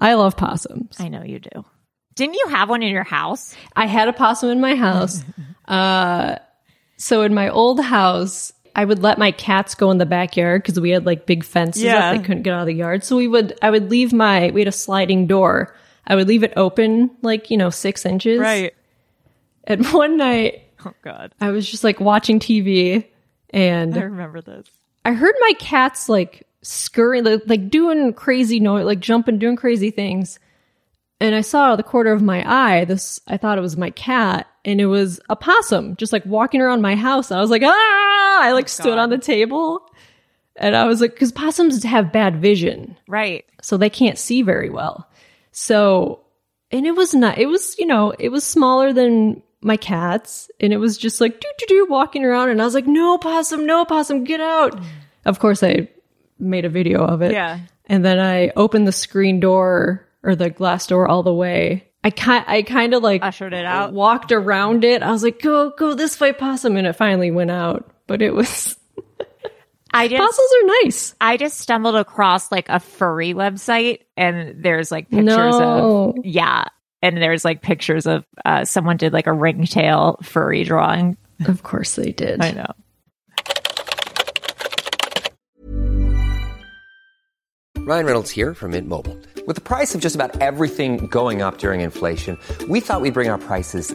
[SPEAKER 2] I love possums.
[SPEAKER 1] I know you do. Didn't you have one in your house?
[SPEAKER 2] I had a possum in my house. Uh, so in my old house, I would let my cats go in the backyard because we had like big fences
[SPEAKER 1] Yeah.
[SPEAKER 2] up. They couldn't get out of the yard. So we would, I would leave my, we had a sliding door. I would leave it open, like, you know, six inches. And one night
[SPEAKER 1] Oh god.
[SPEAKER 2] I was just like watching TV and
[SPEAKER 1] remember this.
[SPEAKER 2] I heard my cats like scurrying, like, like doing crazy noise, like jumping, doing crazy things. And I saw out of the corner of my eye this, I thought it was my cat, and it was a possum just like walking around my house. I was like, ah! I like stood on the table and I was like, because possums have bad vision,
[SPEAKER 1] Right.
[SPEAKER 2] so they can't see very well. So, and it was not, it was, you know, it was smaller than my cats, and it was just like, doo doo doo, walking around. And I was like, no possum, no possum, get out. Of course, I made a video of it.
[SPEAKER 1] Yeah.
[SPEAKER 2] And then I opened the screen door or the glass door all the way. I kind, I kind of like
[SPEAKER 1] Ushered it out.
[SPEAKER 2] walked around it. I was like, go, go this way, possum. And it finally went out. But it was,
[SPEAKER 1] I just
[SPEAKER 2] possums are nice.
[SPEAKER 1] I just stumbled across like a furry website and there's like pictures
[SPEAKER 2] No.
[SPEAKER 1] of yeah. And there's like pictures of uh, someone did like a ringtail furry drawing.
[SPEAKER 2] Of course they did.
[SPEAKER 1] I know.
[SPEAKER 3] Ryan Reynolds here from Mint Mobile. With the price of just about everything going up during inflation, we thought we'd bring our prices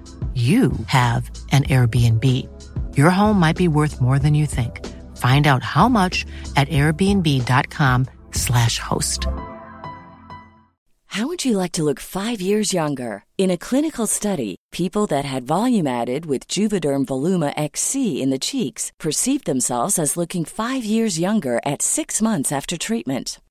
[SPEAKER 4] you have an Airbnb. Your home might be worth more than you think. Find out how much at airbnb.com/slash host.
[SPEAKER 5] How would you like to look five years younger? In a clinical study, people that had volume added with Juvederm Voluma XC in the cheeks perceived themselves as looking five years younger at six months after treatment.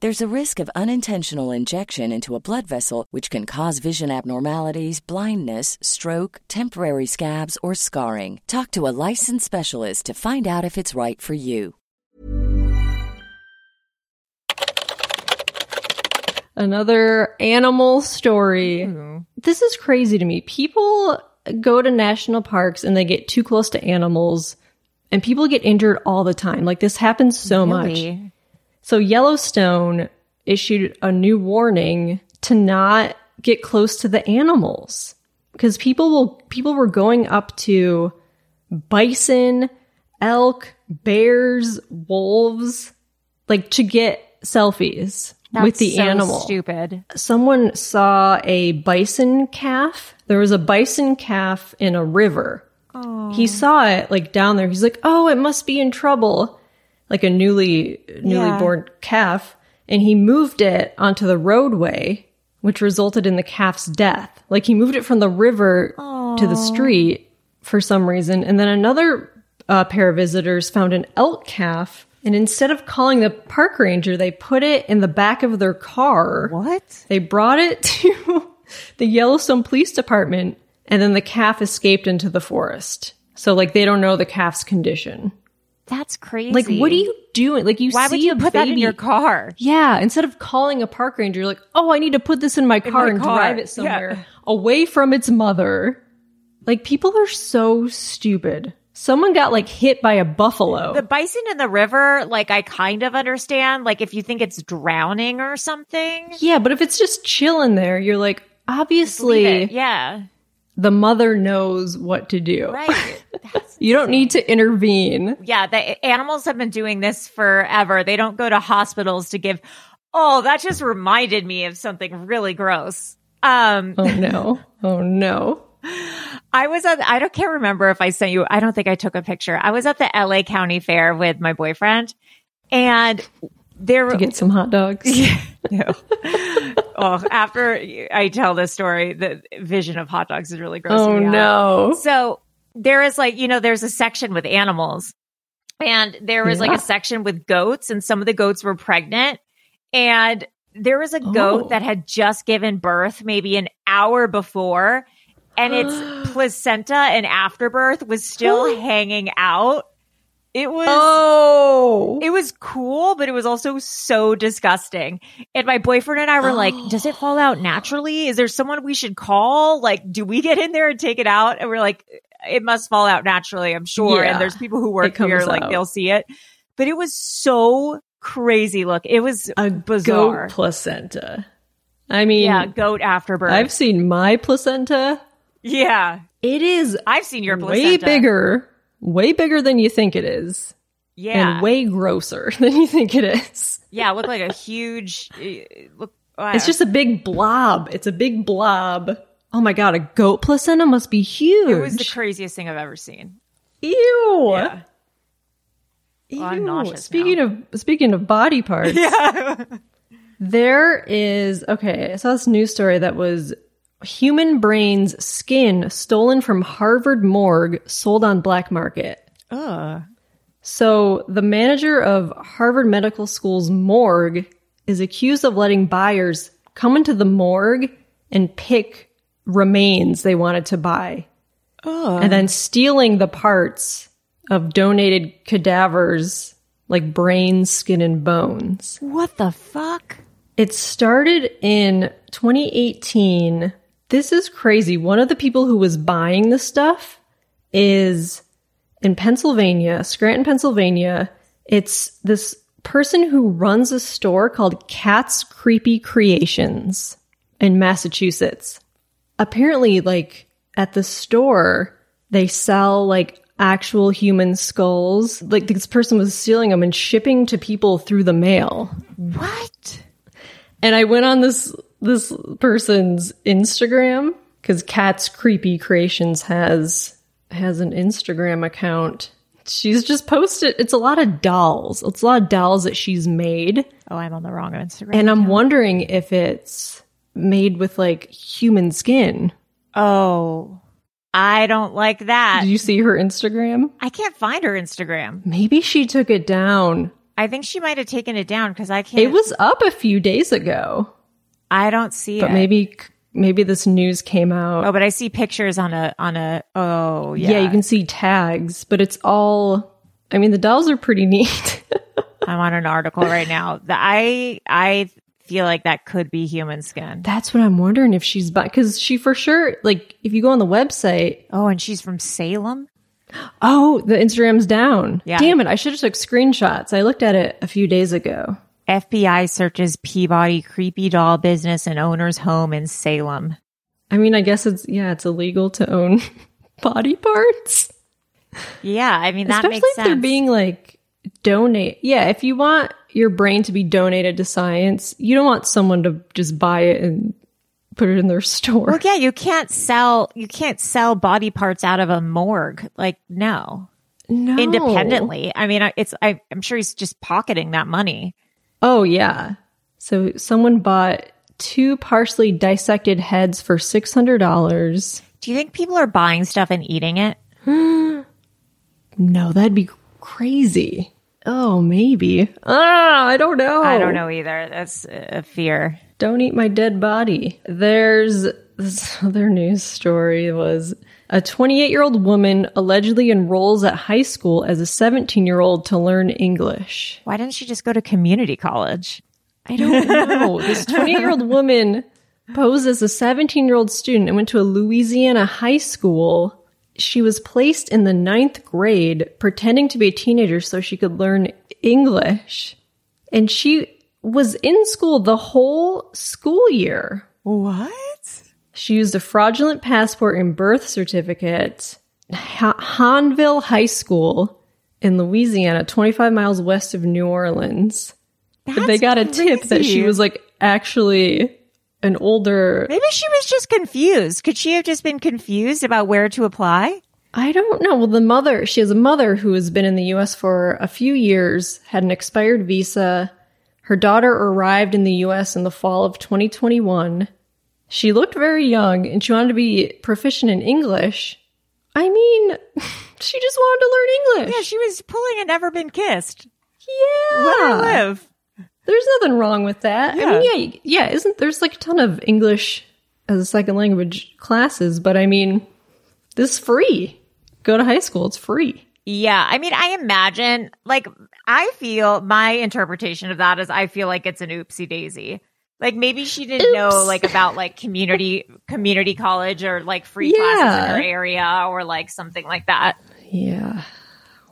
[SPEAKER 5] There's a risk of unintentional injection into a blood vessel, which can cause vision abnormalities, blindness, stroke, temporary scabs, or scarring. Talk to a licensed specialist to find out if it's right for you.
[SPEAKER 2] Another animal story. This is crazy to me. People go to national parks and they get too close to animals and people get injured all the time. Like this happens so much.
[SPEAKER 1] Really?
[SPEAKER 2] So Yellowstone issued a new warning to not get close to the animals because people will people were going up to bison, elk, bears, wolves like to get selfies
[SPEAKER 1] That's
[SPEAKER 2] with the
[SPEAKER 1] so
[SPEAKER 2] animal.
[SPEAKER 1] Stupid.
[SPEAKER 2] Someone saw a bison calf. There was a bison calf in a river. He saw it like down there. He's like, "Oh, it must be in trouble." Like a newly newly
[SPEAKER 1] Yeah.
[SPEAKER 2] born calf, and he moved it onto the roadway, which resulted in the calf's death. Like he moved it from the river to the street for some reason. And then another uh, pair of visitors found an elk calf, and instead of calling the park ranger, they put it in the back of their car.
[SPEAKER 1] What?
[SPEAKER 2] They brought it to the Yellowstone Police Department, and then the calf escaped into the forest. So, like, they don't know the calf's condition.
[SPEAKER 1] That's crazy.
[SPEAKER 2] Like, what are you doing? Like, you
[SPEAKER 1] Why
[SPEAKER 2] see
[SPEAKER 1] would you
[SPEAKER 2] a
[SPEAKER 1] put
[SPEAKER 2] baby.
[SPEAKER 1] that in your car?
[SPEAKER 2] Yeah, instead of calling a park ranger, you're like, oh, I need to put this in my car
[SPEAKER 1] my
[SPEAKER 2] and
[SPEAKER 1] car.
[SPEAKER 2] drive
[SPEAKER 1] Yeah.
[SPEAKER 2] it somewhere away from its mother. Like, people are so stupid. Someone got like hit by a buffalo.
[SPEAKER 1] The bison in the river, like I kind of understand. Like if you think it's drowning or something.
[SPEAKER 2] yeah, but if it's just chilling there, you're like, obviously,
[SPEAKER 1] leave it. Yeah.
[SPEAKER 2] the mother knows what to do.
[SPEAKER 1] Right. That's-
[SPEAKER 2] You don't need to intervene.
[SPEAKER 1] yeah. The animals have been doing this forever. They don't go to hospitals to give. Oh, that just reminded me of something really gross. Um,
[SPEAKER 2] Oh no. Oh no.
[SPEAKER 1] I was at, I don't, can't remember if I sent you, I don't think I took a picture. I was at the LA County Fair with my boyfriend and there
[SPEAKER 2] To get some hot dogs.
[SPEAKER 1] oh, after I tell this story, the vision of hot dogs is really gross.
[SPEAKER 2] Oh
[SPEAKER 1] me out.
[SPEAKER 2] no.
[SPEAKER 1] So there is like, you know, there's a section with animals and there was like a section with goats and some of the goats were pregnant and there was a
[SPEAKER 2] Oh.
[SPEAKER 1] goat that had just given birth maybe an hour before and its placenta and afterbirth was still hanging out. It was
[SPEAKER 2] Oh.
[SPEAKER 1] it was cool, but it was also so disgusting. And my boyfriend and I were like, does it fall out naturally? Is there someone we should call? Like, do we get in there and take it out? And we're like, it must fall out naturally, I'm sure.
[SPEAKER 2] Yeah.
[SPEAKER 1] And there's people who work
[SPEAKER 2] It comes
[SPEAKER 1] here, like
[SPEAKER 2] out.
[SPEAKER 1] they'll see it. But it was so crazy. Look, it was
[SPEAKER 2] a
[SPEAKER 1] bizarre.
[SPEAKER 2] goat placenta. I mean,
[SPEAKER 1] yeah, goat afterbirth.
[SPEAKER 2] I've seen my placenta.
[SPEAKER 1] yeah,
[SPEAKER 2] It is
[SPEAKER 1] I've seen your placenta.
[SPEAKER 2] way bigger, way bigger than you think it is,
[SPEAKER 1] Yeah,
[SPEAKER 2] and way grosser than you think it is.
[SPEAKER 1] yeah, looked like a huge. eh, Look,
[SPEAKER 2] It's just a big blob. It's a big blob. Oh my god, a goat placenta must be huge.
[SPEAKER 1] It was the craziest thing I've ever seen.
[SPEAKER 2] Ew.
[SPEAKER 1] Yeah.
[SPEAKER 2] Ew.
[SPEAKER 1] Well, I'm nauseous
[SPEAKER 2] speaking of speaking of body parts, there is okay. I saw this news story that was human brain's skin stolen from Harvard morgue, sold on black market.
[SPEAKER 1] Ugh.
[SPEAKER 2] So the manager of Harvard Medical School's morgue is accused of letting buyers come into the morgue and pick remains they wanted to buy. And then stealing the parts of donated cadavers like brain, skin, and bones.
[SPEAKER 1] What the fuck?
[SPEAKER 2] It started in 2018. This is crazy. One of the people who was buying the stuff is in Pennsylvania, Scranton, Pennsylvania. It's this person who runs a store called Cat's Creepy Creations in Massachusetts. Apparently, like at the store, they sell like actual human skulls. Like this person was stealing them and shipping to people through the mail
[SPEAKER 1] What?
[SPEAKER 2] and I went on this this person's Instagram because Cat's Creepy Creations has has an Instagram account. She's just posted. It's a lot of dolls. It's a lot of dolls that she's made,
[SPEAKER 1] Oh, I'm on the wrong Instagram.
[SPEAKER 2] and I'm wondering if it's made with like human skin.
[SPEAKER 1] oh, I don't like that.
[SPEAKER 2] Did you see her Instagram?
[SPEAKER 1] I can't find her Instagram.
[SPEAKER 2] Maybe she took it down.
[SPEAKER 1] I think she might have taken it down because I can't.
[SPEAKER 2] It was up a few days ago,
[SPEAKER 1] I don't see
[SPEAKER 2] but
[SPEAKER 1] it.
[SPEAKER 2] maybe maybe this news came out.
[SPEAKER 1] Oh, but I see pictures on a on a. Oh, yeah.
[SPEAKER 2] yeah. you can see tags, but it's all. I mean, the dolls are pretty neat.
[SPEAKER 1] I'm on an article right now. The, I I feel like that could be human skin.
[SPEAKER 2] That's what I'm wondering if she's by because she for sure like if you go on the website,
[SPEAKER 1] Oh, and she's from Salem?
[SPEAKER 2] oh the Instagram's down.
[SPEAKER 1] Yeah.
[SPEAKER 2] Damn it! I should have took screenshots. I looked at it a few days ago.
[SPEAKER 1] FBI searches Peabody creepy doll business and owner's home in Salem.
[SPEAKER 2] I mean, I guess it's yeah, it's illegal to own body parts,
[SPEAKER 1] Yeah, I mean that
[SPEAKER 2] especially
[SPEAKER 1] makes
[SPEAKER 2] if
[SPEAKER 1] sense.
[SPEAKER 2] they're being like donate. Yeah, if you want your brain to be donated to science, you don't want someone to just buy it and put it in their store.
[SPEAKER 1] well, yeah, you can't sell you can't sell body parts out of a morgue. Like no,
[SPEAKER 2] No.
[SPEAKER 1] independently. I mean, I- it's I, I'm sure he's just pocketing that money.
[SPEAKER 2] Oh yeah. So someone bought two partially dissected heads for six hundred dollars.
[SPEAKER 1] Do you think people are buying stuff and eating it?
[SPEAKER 2] No, that'd be crazy. Oh, maybe. Ah, I don't know.
[SPEAKER 1] I don't know either. That's a fear.
[SPEAKER 2] Don't eat my dead body. There's this other news story was a 28 year old woman allegedly enrolls at high school as a 17 year old to learn English.
[SPEAKER 1] Why didn't she just go to community college?
[SPEAKER 2] I don't know. this 28 year old woman posed as a 17 year old student and went to a Louisiana high school. She was placed in the ninth grade pretending to be a teenager so she could learn English. And she was in school the whole school year.
[SPEAKER 1] What?
[SPEAKER 2] She used a fraudulent passport and birth certificate. Ha- Hanville High School in Louisiana, 25 miles west of New Orleans. But they
[SPEAKER 1] That's
[SPEAKER 2] got a tip that she
[SPEAKER 1] crazy.
[SPEAKER 2] was like actually an older.
[SPEAKER 1] Maybe she was just confused. Could she have just been confused about where to apply?
[SPEAKER 2] I don't know. Well, the mother, she has a mother who has been in the US for a few years, had an expired visa. Her daughter arrived in the US in the fall of 2021. She looked very young and she wanted to be proficient in English. I mean, she just wanted to learn English.
[SPEAKER 1] Yeah, she was pulling a never been kissed.
[SPEAKER 2] Yeah.
[SPEAKER 1] Let her live.
[SPEAKER 2] There's nothing wrong with that. I mean, yeah, yeah, isn't there's like a ton of English as a second language classes, but I mean, this is free. Go to high school, it's free.
[SPEAKER 1] Yeah, I mean, I imagine, like, I feel my interpretation of that is I feel like it's an oopsie daisy. Like maybe she didn't know
[SPEAKER 2] Oops.
[SPEAKER 1] like about like community community college or like free classes in
[SPEAKER 2] Yeah.
[SPEAKER 1] her area or like something like that.
[SPEAKER 2] Yeah.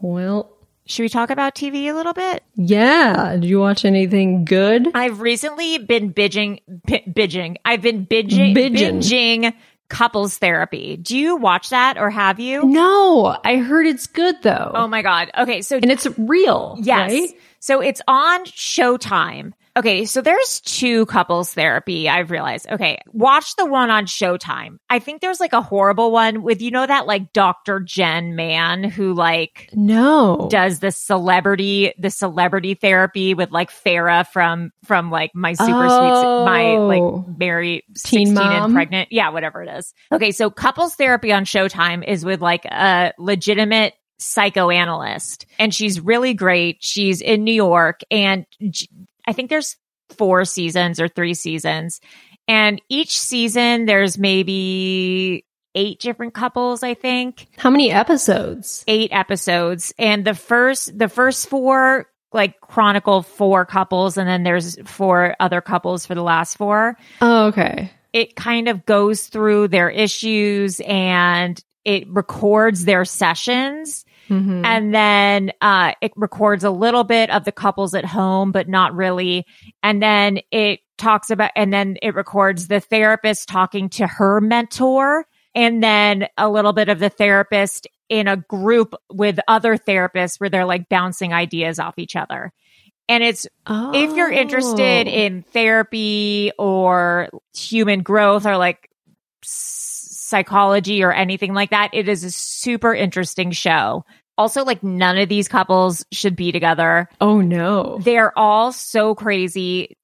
[SPEAKER 2] Well,
[SPEAKER 1] Should we talk about TV a little bit?
[SPEAKER 2] yeah. Did you watch anything good?
[SPEAKER 1] I've recently been binging, bi- binging. I've been binging,
[SPEAKER 2] Binging.
[SPEAKER 1] binging couples therapy. Do you watch that or have you?
[SPEAKER 2] No, I heard it's good though.
[SPEAKER 1] Oh my god. Okay, so
[SPEAKER 2] and it's real.
[SPEAKER 1] Yes.
[SPEAKER 2] right?
[SPEAKER 1] So it's on Showtime. Okay, so there's two couples therapy, I've realized. Okay, watch the one on Showtime. I think there's like a horrible one with you know that like Dr. Jen man who like
[SPEAKER 2] No.
[SPEAKER 1] does the celebrity the celebrity therapy with like Farah from from like my super
[SPEAKER 2] Oh.
[SPEAKER 1] sweet my like married
[SPEAKER 2] Teen
[SPEAKER 1] 16
[SPEAKER 2] Mom?
[SPEAKER 1] and pregnant. Yeah, whatever it is. Okay, so couples therapy on Showtime is with like a legitimate psychoanalyst and she's really great. She's in New York and j- I think there's four seasons or three seasons. And each season there's maybe eight different couples, I think
[SPEAKER 2] How many episodes?
[SPEAKER 1] eight episodes and the first the first four like chronicle four couples and then there's four other couples for the last four
[SPEAKER 2] Oh, okay.
[SPEAKER 1] it kind of goes through their issues and it records their sessions
[SPEAKER 2] Mm-hmm.
[SPEAKER 1] and then uh, it records a little bit of the couples at home but not really and then it talks about and then it records the therapist talking to her mentor and then a little bit of the therapist in a group with other therapists where they're like bouncing ideas off each other and it's
[SPEAKER 2] Oh.
[SPEAKER 1] if you're interested in therapy or human growth or like s- psychology or anything like that, it is a super interesting show. Also, like none of these couples should be together.
[SPEAKER 2] Oh no.
[SPEAKER 1] They're all so crazy.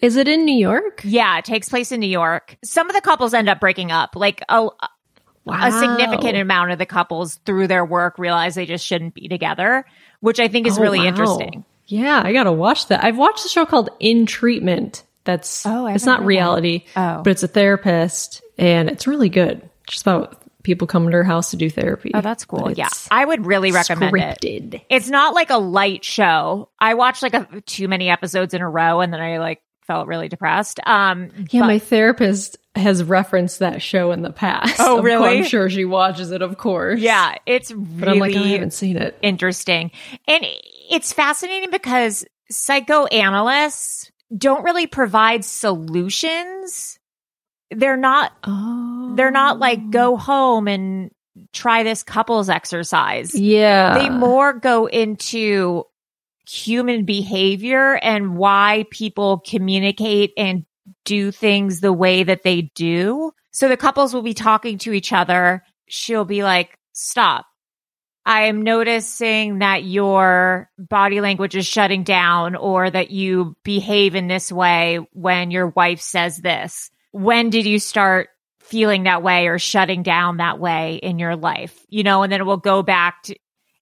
[SPEAKER 2] Is it in New York?
[SPEAKER 1] Yeah, it takes place in New York. Some of the couples end up breaking up. Like a,
[SPEAKER 2] Wow.
[SPEAKER 1] a significant amount of the couples through their work realize they just shouldn't be together, which I think is
[SPEAKER 2] Oh,
[SPEAKER 1] really
[SPEAKER 2] wow.
[SPEAKER 1] interesting.
[SPEAKER 2] Yeah, I gotta watch that. I've watched a show called In Treatment. That's
[SPEAKER 1] Oh, I
[SPEAKER 2] it's
[SPEAKER 1] haven't
[SPEAKER 2] not
[SPEAKER 1] heard
[SPEAKER 2] reality,
[SPEAKER 1] that. Oh.
[SPEAKER 2] but it's a therapist, and it's really good. Just about people coming to her house to do therapy.
[SPEAKER 1] Oh, that's cool.
[SPEAKER 2] But
[SPEAKER 1] Yeah,
[SPEAKER 2] it's
[SPEAKER 1] I would really recommend it.
[SPEAKER 2] scripted.
[SPEAKER 1] it's not like a light show. I watched like a too many episodes in a row and then I like felt really depressed. Um,
[SPEAKER 2] Yeah,
[SPEAKER 1] but-
[SPEAKER 2] my therapist has referenced that show in the past.
[SPEAKER 1] Oh,
[SPEAKER 2] Of course- I'm
[SPEAKER 1] really?
[SPEAKER 2] sure she watches it, of course.
[SPEAKER 1] yeah, it's
[SPEAKER 2] But
[SPEAKER 1] really
[SPEAKER 2] I'm like, "Oh, I haven't seen it.
[SPEAKER 1] interesting. And it's fascinating because psychoanalysts don't really provide solutions. They're not
[SPEAKER 2] Oh.
[SPEAKER 1] they're not like go home and try this couples exercise.
[SPEAKER 2] Yeah.
[SPEAKER 1] They more go into human behavior and why people communicate and do things the way that they do. So the couples will be talking to each other. She'll be like, stop. I am noticing that your body language is shutting down or that you behave in this way when your wife says this. When did you start feeling that way or shutting down that way in your life? You know, and then it will go back to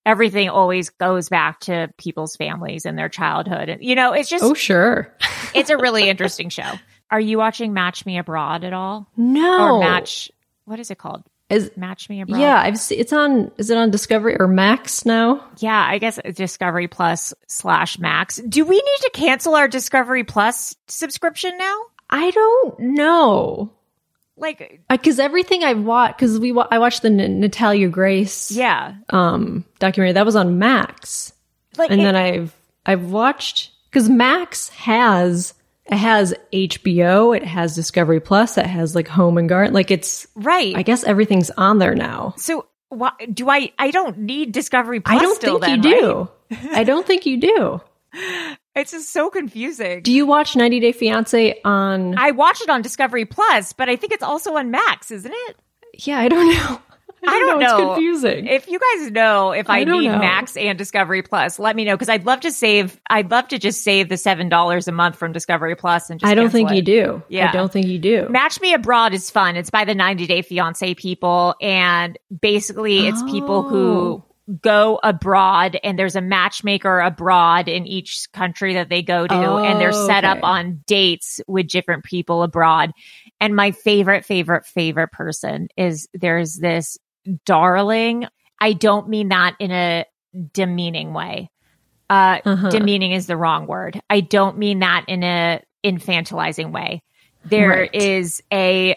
[SPEAKER 1] everything always goes back to people's families and their childhood. And you know, it's just
[SPEAKER 2] Oh, sure.
[SPEAKER 1] it's a really interesting show. Are you watching Match Me Abroad at all?
[SPEAKER 2] No.
[SPEAKER 1] Or Match what is it called?
[SPEAKER 2] Is-
[SPEAKER 1] Match Me Abroad?
[SPEAKER 2] Yeah, I've se- it's on. Is it on Discovery or Max now?
[SPEAKER 1] Yeah, I guess uh, Discovery Plus slash Max. Do we need to cancel our Discovery Plus subscription now?
[SPEAKER 2] I don't know.
[SPEAKER 1] Like,
[SPEAKER 2] Because everything I've watched, because we wa- I watched the N- Natalia Grace
[SPEAKER 1] yeah.
[SPEAKER 2] um documentary that was on Max,
[SPEAKER 1] Like,
[SPEAKER 2] and
[SPEAKER 1] it-
[SPEAKER 2] then I've I've watched because Max has it has HBO, it has Discovery Plus, it has like Home and Garden, like it's
[SPEAKER 1] right.
[SPEAKER 2] I guess everything's on there now.
[SPEAKER 1] so, why, do I? I don't need Discovery Plus.
[SPEAKER 2] I don't
[SPEAKER 1] still
[SPEAKER 2] think you
[SPEAKER 1] then, right?
[SPEAKER 2] do. I don't think you do.
[SPEAKER 1] It's just so confusing.
[SPEAKER 2] Do you watch 90 Day Fiance on?
[SPEAKER 1] I watch it on Discovery Plus, but I think it's also on Max, isn't it?
[SPEAKER 2] yeah, I don't know.
[SPEAKER 1] I don't
[SPEAKER 2] It's
[SPEAKER 1] know.
[SPEAKER 2] confusing.
[SPEAKER 1] If you guys know if
[SPEAKER 2] I
[SPEAKER 1] I,
[SPEAKER 2] don't
[SPEAKER 1] need
[SPEAKER 2] know.
[SPEAKER 1] Max and Discovery Plus, let me know because I'd love to save. I'd love to just save the seven dollars a month from Discovery Plus and just.
[SPEAKER 2] I don't
[SPEAKER 1] cancel
[SPEAKER 2] think
[SPEAKER 1] it.
[SPEAKER 2] you do. I
[SPEAKER 1] Yeah.
[SPEAKER 2] don't think you do.
[SPEAKER 1] Match Me Abroad is fun. It's by the 90 Day Fiance people. And basically, it's people
[SPEAKER 2] Oh.
[SPEAKER 1] who go abroad and there's a matchmaker abroad in each country that they go to. and they're
[SPEAKER 2] Oh,
[SPEAKER 1] set up
[SPEAKER 2] okay.
[SPEAKER 1] on dates with different people abroad. And my favorite, favorite, favorite person is there's this darling. I don't mean that in a demeaning way. Uh,
[SPEAKER 2] Uh-huh.
[SPEAKER 1] Demeaning is the wrong word. I don't mean that in a infantilizing way. There
[SPEAKER 2] Right.
[SPEAKER 1] is a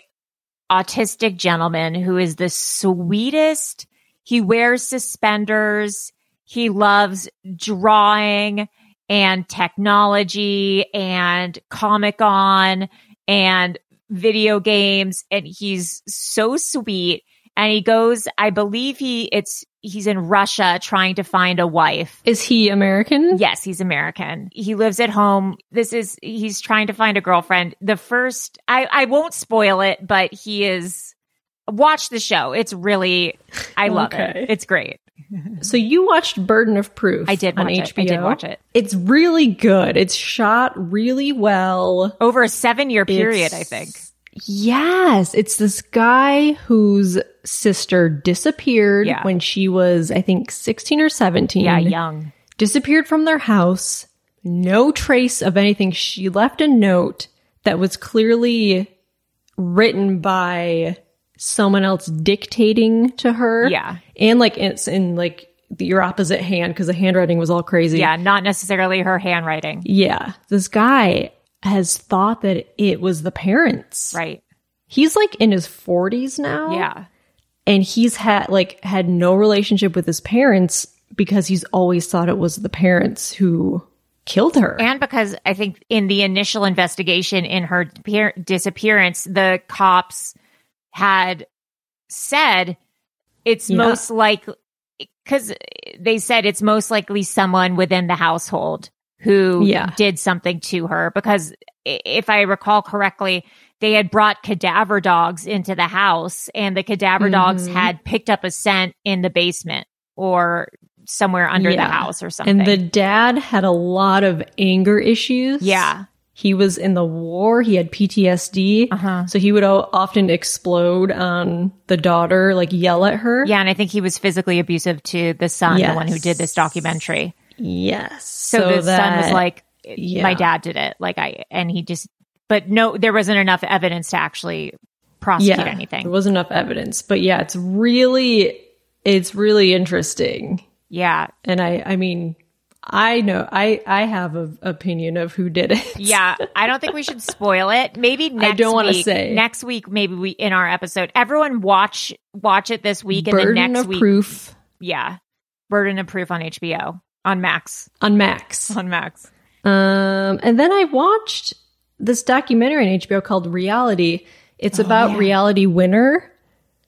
[SPEAKER 1] autistic gentleman who is the sweetest. He wears suspenders. He loves drawing and technology and Comic Con and video games. And he's so sweet. And he goes, I believe he it's he's in Russia trying to find a wife.
[SPEAKER 2] Is he American?
[SPEAKER 1] Yes, he's American. He lives at home. This is he's trying to find a girlfriend. The first I I won't spoil it, but he is watch the show. It's really I love
[SPEAKER 2] Okay.
[SPEAKER 1] it. It's great.
[SPEAKER 2] So you watched Burden of Proof.
[SPEAKER 1] I did
[SPEAKER 2] on
[SPEAKER 1] watch it.
[SPEAKER 2] HBO.
[SPEAKER 1] I did watch it.
[SPEAKER 2] It's really good. It's shot really well.
[SPEAKER 1] Over a 7-year period,
[SPEAKER 2] It's-
[SPEAKER 1] I think.
[SPEAKER 2] Yes, it's this guy whose sister disappeared
[SPEAKER 1] Yeah.
[SPEAKER 2] when she was, I think, sixteen or seventeen.
[SPEAKER 1] Yeah, young.
[SPEAKER 2] disappeared from their house. No trace of anything. She left a note that was clearly written by someone else dictating to her.
[SPEAKER 1] Yeah.
[SPEAKER 2] And like it's in like the, your opposite hand because the handwriting was all crazy.
[SPEAKER 1] Yeah, not necessarily her handwriting.
[SPEAKER 2] Yeah. This guy has thought that it was the parents.
[SPEAKER 1] Right.
[SPEAKER 2] He's like in his 40s now
[SPEAKER 1] Yeah.
[SPEAKER 2] and he's had like had no relationship with his parents because he's always thought it was the parents who killed her.
[SPEAKER 1] And because I think in the initial investigation in her peer- disappearance, the cops had said it's
[SPEAKER 2] Yeah.
[SPEAKER 1] most likely because they said it's most likely someone within the household who
[SPEAKER 2] Yeah.
[SPEAKER 1] did something to her. Because i- if I recall correctly, they had brought cadaver dogs into the house, and the cadaver dogs
[SPEAKER 2] Mm-hmm.
[SPEAKER 1] had picked up a scent in the basement or somewhere under the
[SPEAKER 2] Yeah.
[SPEAKER 1] house or something.
[SPEAKER 2] and the dad had a lot of anger issues.
[SPEAKER 1] Yeah.
[SPEAKER 2] He was in the war, he had PTSD.
[SPEAKER 1] Uh-huh.
[SPEAKER 2] So he would o- often explode on the daughter, like yell at her.
[SPEAKER 1] Yeah, and I think he was physically abusive to the son, the one who did this
[SPEAKER 2] Yes.
[SPEAKER 1] documentary.
[SPEAKER 2] Yes.
[SPEAKER 1] So, the son was
[SPEAKER 2] that-
[SPEAKER 1] like,
[SPEAKER 2] yeah.
[SPEAKER 1] "My dad did it." Like I, and he just, but no, there wasn't enough evidence to actually prosecute
[SPEAKER 2] There
[SPEAKER 1] anything.
[SPEAKER 2] was enough evidence. But yeah, it's really it's really interesting.
[SPEAKER 1] yeah,
[SPEAKER 2] And I I mean, I know. I I have an opinion of who did it.
[SPEAKER 1] Yeah, I don't think we should spoil it. Maybe next
[SPEAKER 2] don't wanna
[SPEAKER 1] week-
[SPEAKER 2] say.
[SPEAKER 1] next week. Maybe we in our episode, everyone watch watch it this week and then
[SPEAKER 2] Burden
[SPEAKER 1] next
[SPEAKER 2] of
[SPEAKER 1] week.
[SPEAKER 2] proof
[SPEAKER 1] Yeah, burden of proof on HBO on Max
[SPEAKER 2] on Max.
[SPEAKER 1] on Max.
[SPEAKER 2] Um, and then I watched this documentary on HBO called Reality. It's
[SPEAKER 1] Oh,
[SPEAKER 2] about reality winner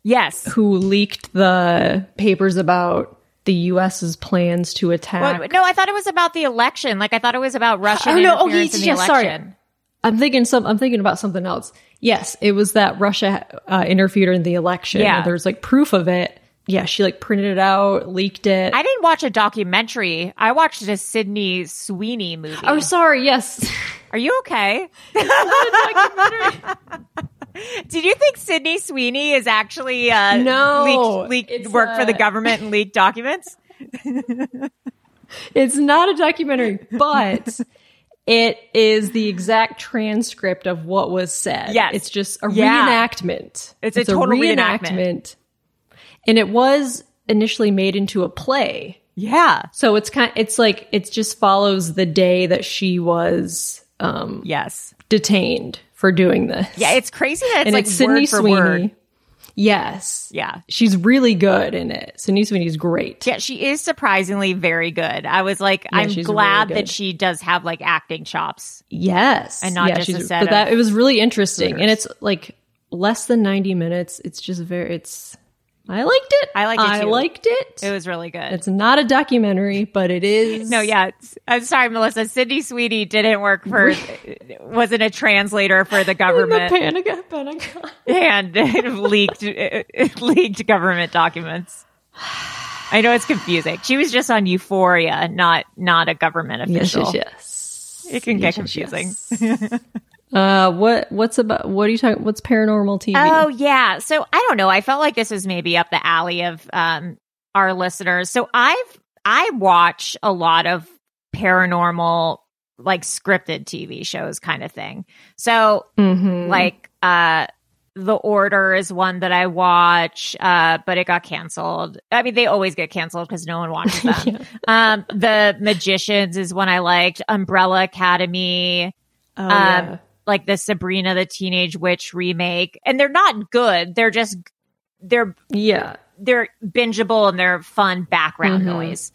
[SPEAKER 1] Yes.
[SPEAKER 2] who leaked the papers about the U.S.'s plans to attack.
[SPEAKER 1] What- no, I thought it was about the election. Like I thought it was about Russian
[SPEAKER 2] Oh, no. Oh,
[SPEAKER 1] interference
[SPEAKER 2] yes,
[SPEAKER 1] in the
[SPEAKER 2] yes, sorry.
[SPEAKER 1] election.
[SPEAKER 2] I'm thinking some. I'm thinking about something else. Yes, it was that Russia uh, interfered in the election.
[SPEAKER 1] Yeah.
[SPEAKER 2] there's like proof of it. Yeah, she like printed it out, leaked it.
[SPEAKER 1] I didn't watch a documentary. I watched a Sydney Sweeney movie.
[SPEAKER 2] oh, sorry. Yes,
[SPEAKER 1] Are you okay? Did you think Sydney Sweeney is actually uh,
[SPEAKER 2] No,
[SPEAKER 1] leaked, leaked
[SPEAKER 2] it's,
[SPEAKER 1] work for the
[SPEAKER 2] uh,
[SPEAKER 1] government and leaked documents?
[SPEAKER 2] it's not a documentary, but it is the exact transcript of what was said.
[SPEAKER 1] Yes.
[SPEAKER 2] it's just a
[SPEAKER 1] Yeah.
[SPEAKER 2] reenactment.
[SPEAKER 1] It's a total reenactment.
[SPEAKER 2] and it was initially made into a play. Uh,
[SPEAKER 1] Yeah.
[SPEAKER 2] So it's kind. It's like it just follows the day that she was. Um,
[SPEAKER 1] Yes.
[SPEAKER 2] detained for doing this.
[SPEAKER 1] Yeah. It's crazy that it's
[SPEAKER 2] and
[SPEAKER 1] like
[SPEAKER 2] it's Sydney
[SPEAKER 1] word for
[SPEAKER 2] Sweeney.
[SPEAKER 1] word.
[SPEAKER 2] Yes,
[SPEAKER 1] Yeah.
[SPEAKER 2] she's really good in it. Sydney Sweeney's great.
[SPEAKER 1] Yeah, she is surprisingly very good. I was like, I'm
[SPEAKER 2] she's
[SPEAKER 1] glad
[SPEAKER 2] really
[SPEAKER 1] that
[SPEAKER 2] good.
[SPEAKER 1] she does have like acting chops.
[SPEAKER 2] Yes,
[SPEAKER 1] And not
[SPEAKER 2] yeah,
[SPEAKER 1] just a
[SPEAKER 2] she's-
[SPEAKER 1] set
[SPEAKER 2] But
[SPEAKER 1] of
[SPEAKER 2] that it was really interesting, and it's like less than ninety minutes. It's just very. It's I liked it.
[SPEAKER 1] I liked it,
[SPEAKER 2] I
[SPEAKER 1] too.
[SPEAKER 2] liked it.
[SPEAKER 1] It was really good.
[SPEAKER 2] it's not a documentary, but it is.
[SPEAKER 1] no, Oh, yeah. it's- I'm sorry, Melissa. Sydney Sweeney didn't work for, wasn't a translator for the
[SPEAKER 2] In the
[SPEAKER 1] government.
[SPEAKER 2] Pentagon. Pentagon.
[SPEAKER 1] and leaked leaked government documents. I know it's confusing. She was just on Euphoria, not not a government
[SPEAKER 2] Yes,
[SPEAKER 1] official.
[SPEAKER 2] yes, yes.
[SPEAKER 1] It can get
[SPEAKER 2] Yes, yes,
[SPEAKER 1] confusing.
[SPEAKER 2] yes. uh, what what's about? What are you talking? What's paranormal TV?
[SPEAKER 1] Oh yeah. So I don't know. I felt like this was maybe up the alley of um, our listeners. So I've I watch a lot of paranormal like scripted TV shows kind of thing. So
[SPEAKER 2] Mhm.
[SPEAKER 1] like uh the order is one that i watch uh but it got canceled i mean they always get canceled because no one watches them um the magicians is one i liked umbrella academy
[SPEAKER 2] Oh,
[SPEAKER 1] um
[SPEAKER 2] yeah.
[SPEAKER 1] like the sabrina the teenage witch remake and they're not good they're just they're
[SPEAKER 2] yeah.
[SPEAKER 1] they're bingeable and they're fun background
[SPEAKER 2] Mm-hmm.
[SPEAKER 1] noise.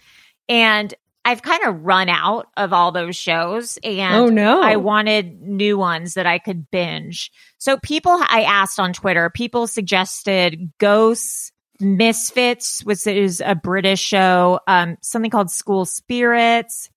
[SPEAKER 1] And I've kind of run out of all those shows and
[SPEAKER 2] Oh, no.
[SPEAKER 1] I wanted new ones that I could binge. So people I asked on Twitter, people suggested Ghosts, Misfits, which is a British show, um, something called School Spirits,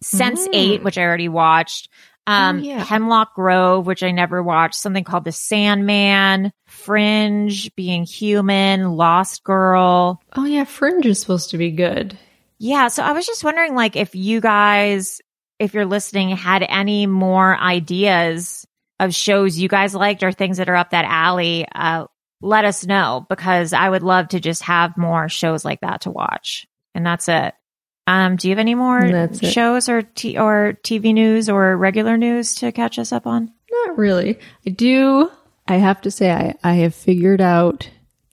[SPEAKER 1] Sense
[SPEAKER 2] Mm.
[SPEAKER 1] 8, which I already watched. Um,
[SPEAKER 2] yeah.
[SPEAKER 1] Hemlock Grove, which I never watched, something called The Sandman, Fringe, Being Human, Lost Girl.
[SPEAKER 2] Oh yeah, Fringe is supposed to be good.
[SPEAKER 1] Yeah. So I was just wondering, like, if you guys, if you're listening, had any more ideas of shows you guys liked or things that are up that alley, uh, let us know because I would love to just have more shows like that to watch. And that's it. Um, do you have any more
[SPEAKER 2] That's it.
[SPEAKER 1] shows or t- or TV news or regular news to catch us up on?
[SPEAKER 2] Not really. I do. I have to say, I I have figured out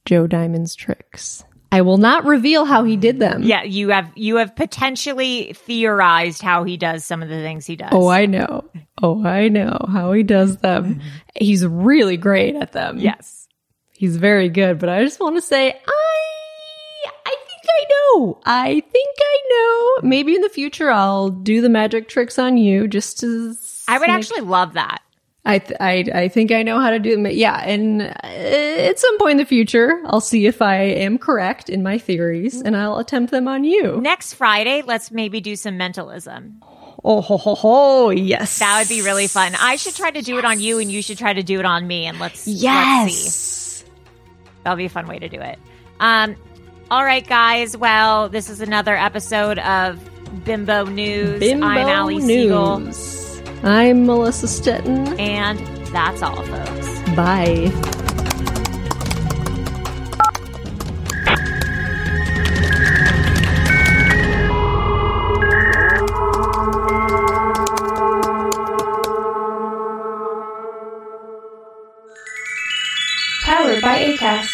[SPEAKER 2] Joe Diamond's tricks. I will not reveal how he did them.
[SPEAKER 1] Yeah, you have you have potentially theorized how he does some of the things he does.
[SPEAKER 2] Oh, I know. Oh, I know how he does them. He's really great at them.
[SPEAKER 1] yes.
[SPEAKER 2] he's very good. But I just want to say, I I think I know. I think I know. Maybe in the future, I'll do the magic tricks on you just to.
[SPEAKER 1] I would
[SPEAKER 2] make-
[SPEAKER 1] actually love that.
[SPEAKER 2] I, th- I I think I know how to do them. Yeah, and uh, at some point in the future, I'll see if I am correct in my theories, and I'll attempt them on you.
[SPEAKER 1] Next Friday, let's maybe do some mentalism.
[SPEAKER 2] Oh ho ho ho! Yes,
[SPEAKER 1] That would be really fun. I should try to do it on you and you should try to do it on me and let's let's see.
[SPEAKER 2] yes.
[SPEAKER 1] That'll be a fun way to do it. Um, all right, guys. Well, this is another episode of Bimbo News.
[SPEAKER 2] Bimbo
[SPEAKER 1] I'm Allie Siegel.
[SPEAKER 2] News. I'm Melissa Stetton.
[SPEAKER 1] And that's all, folks.
[SPEAKER 2] Bye.
[SPEAKER 6] Powered by E ACAST.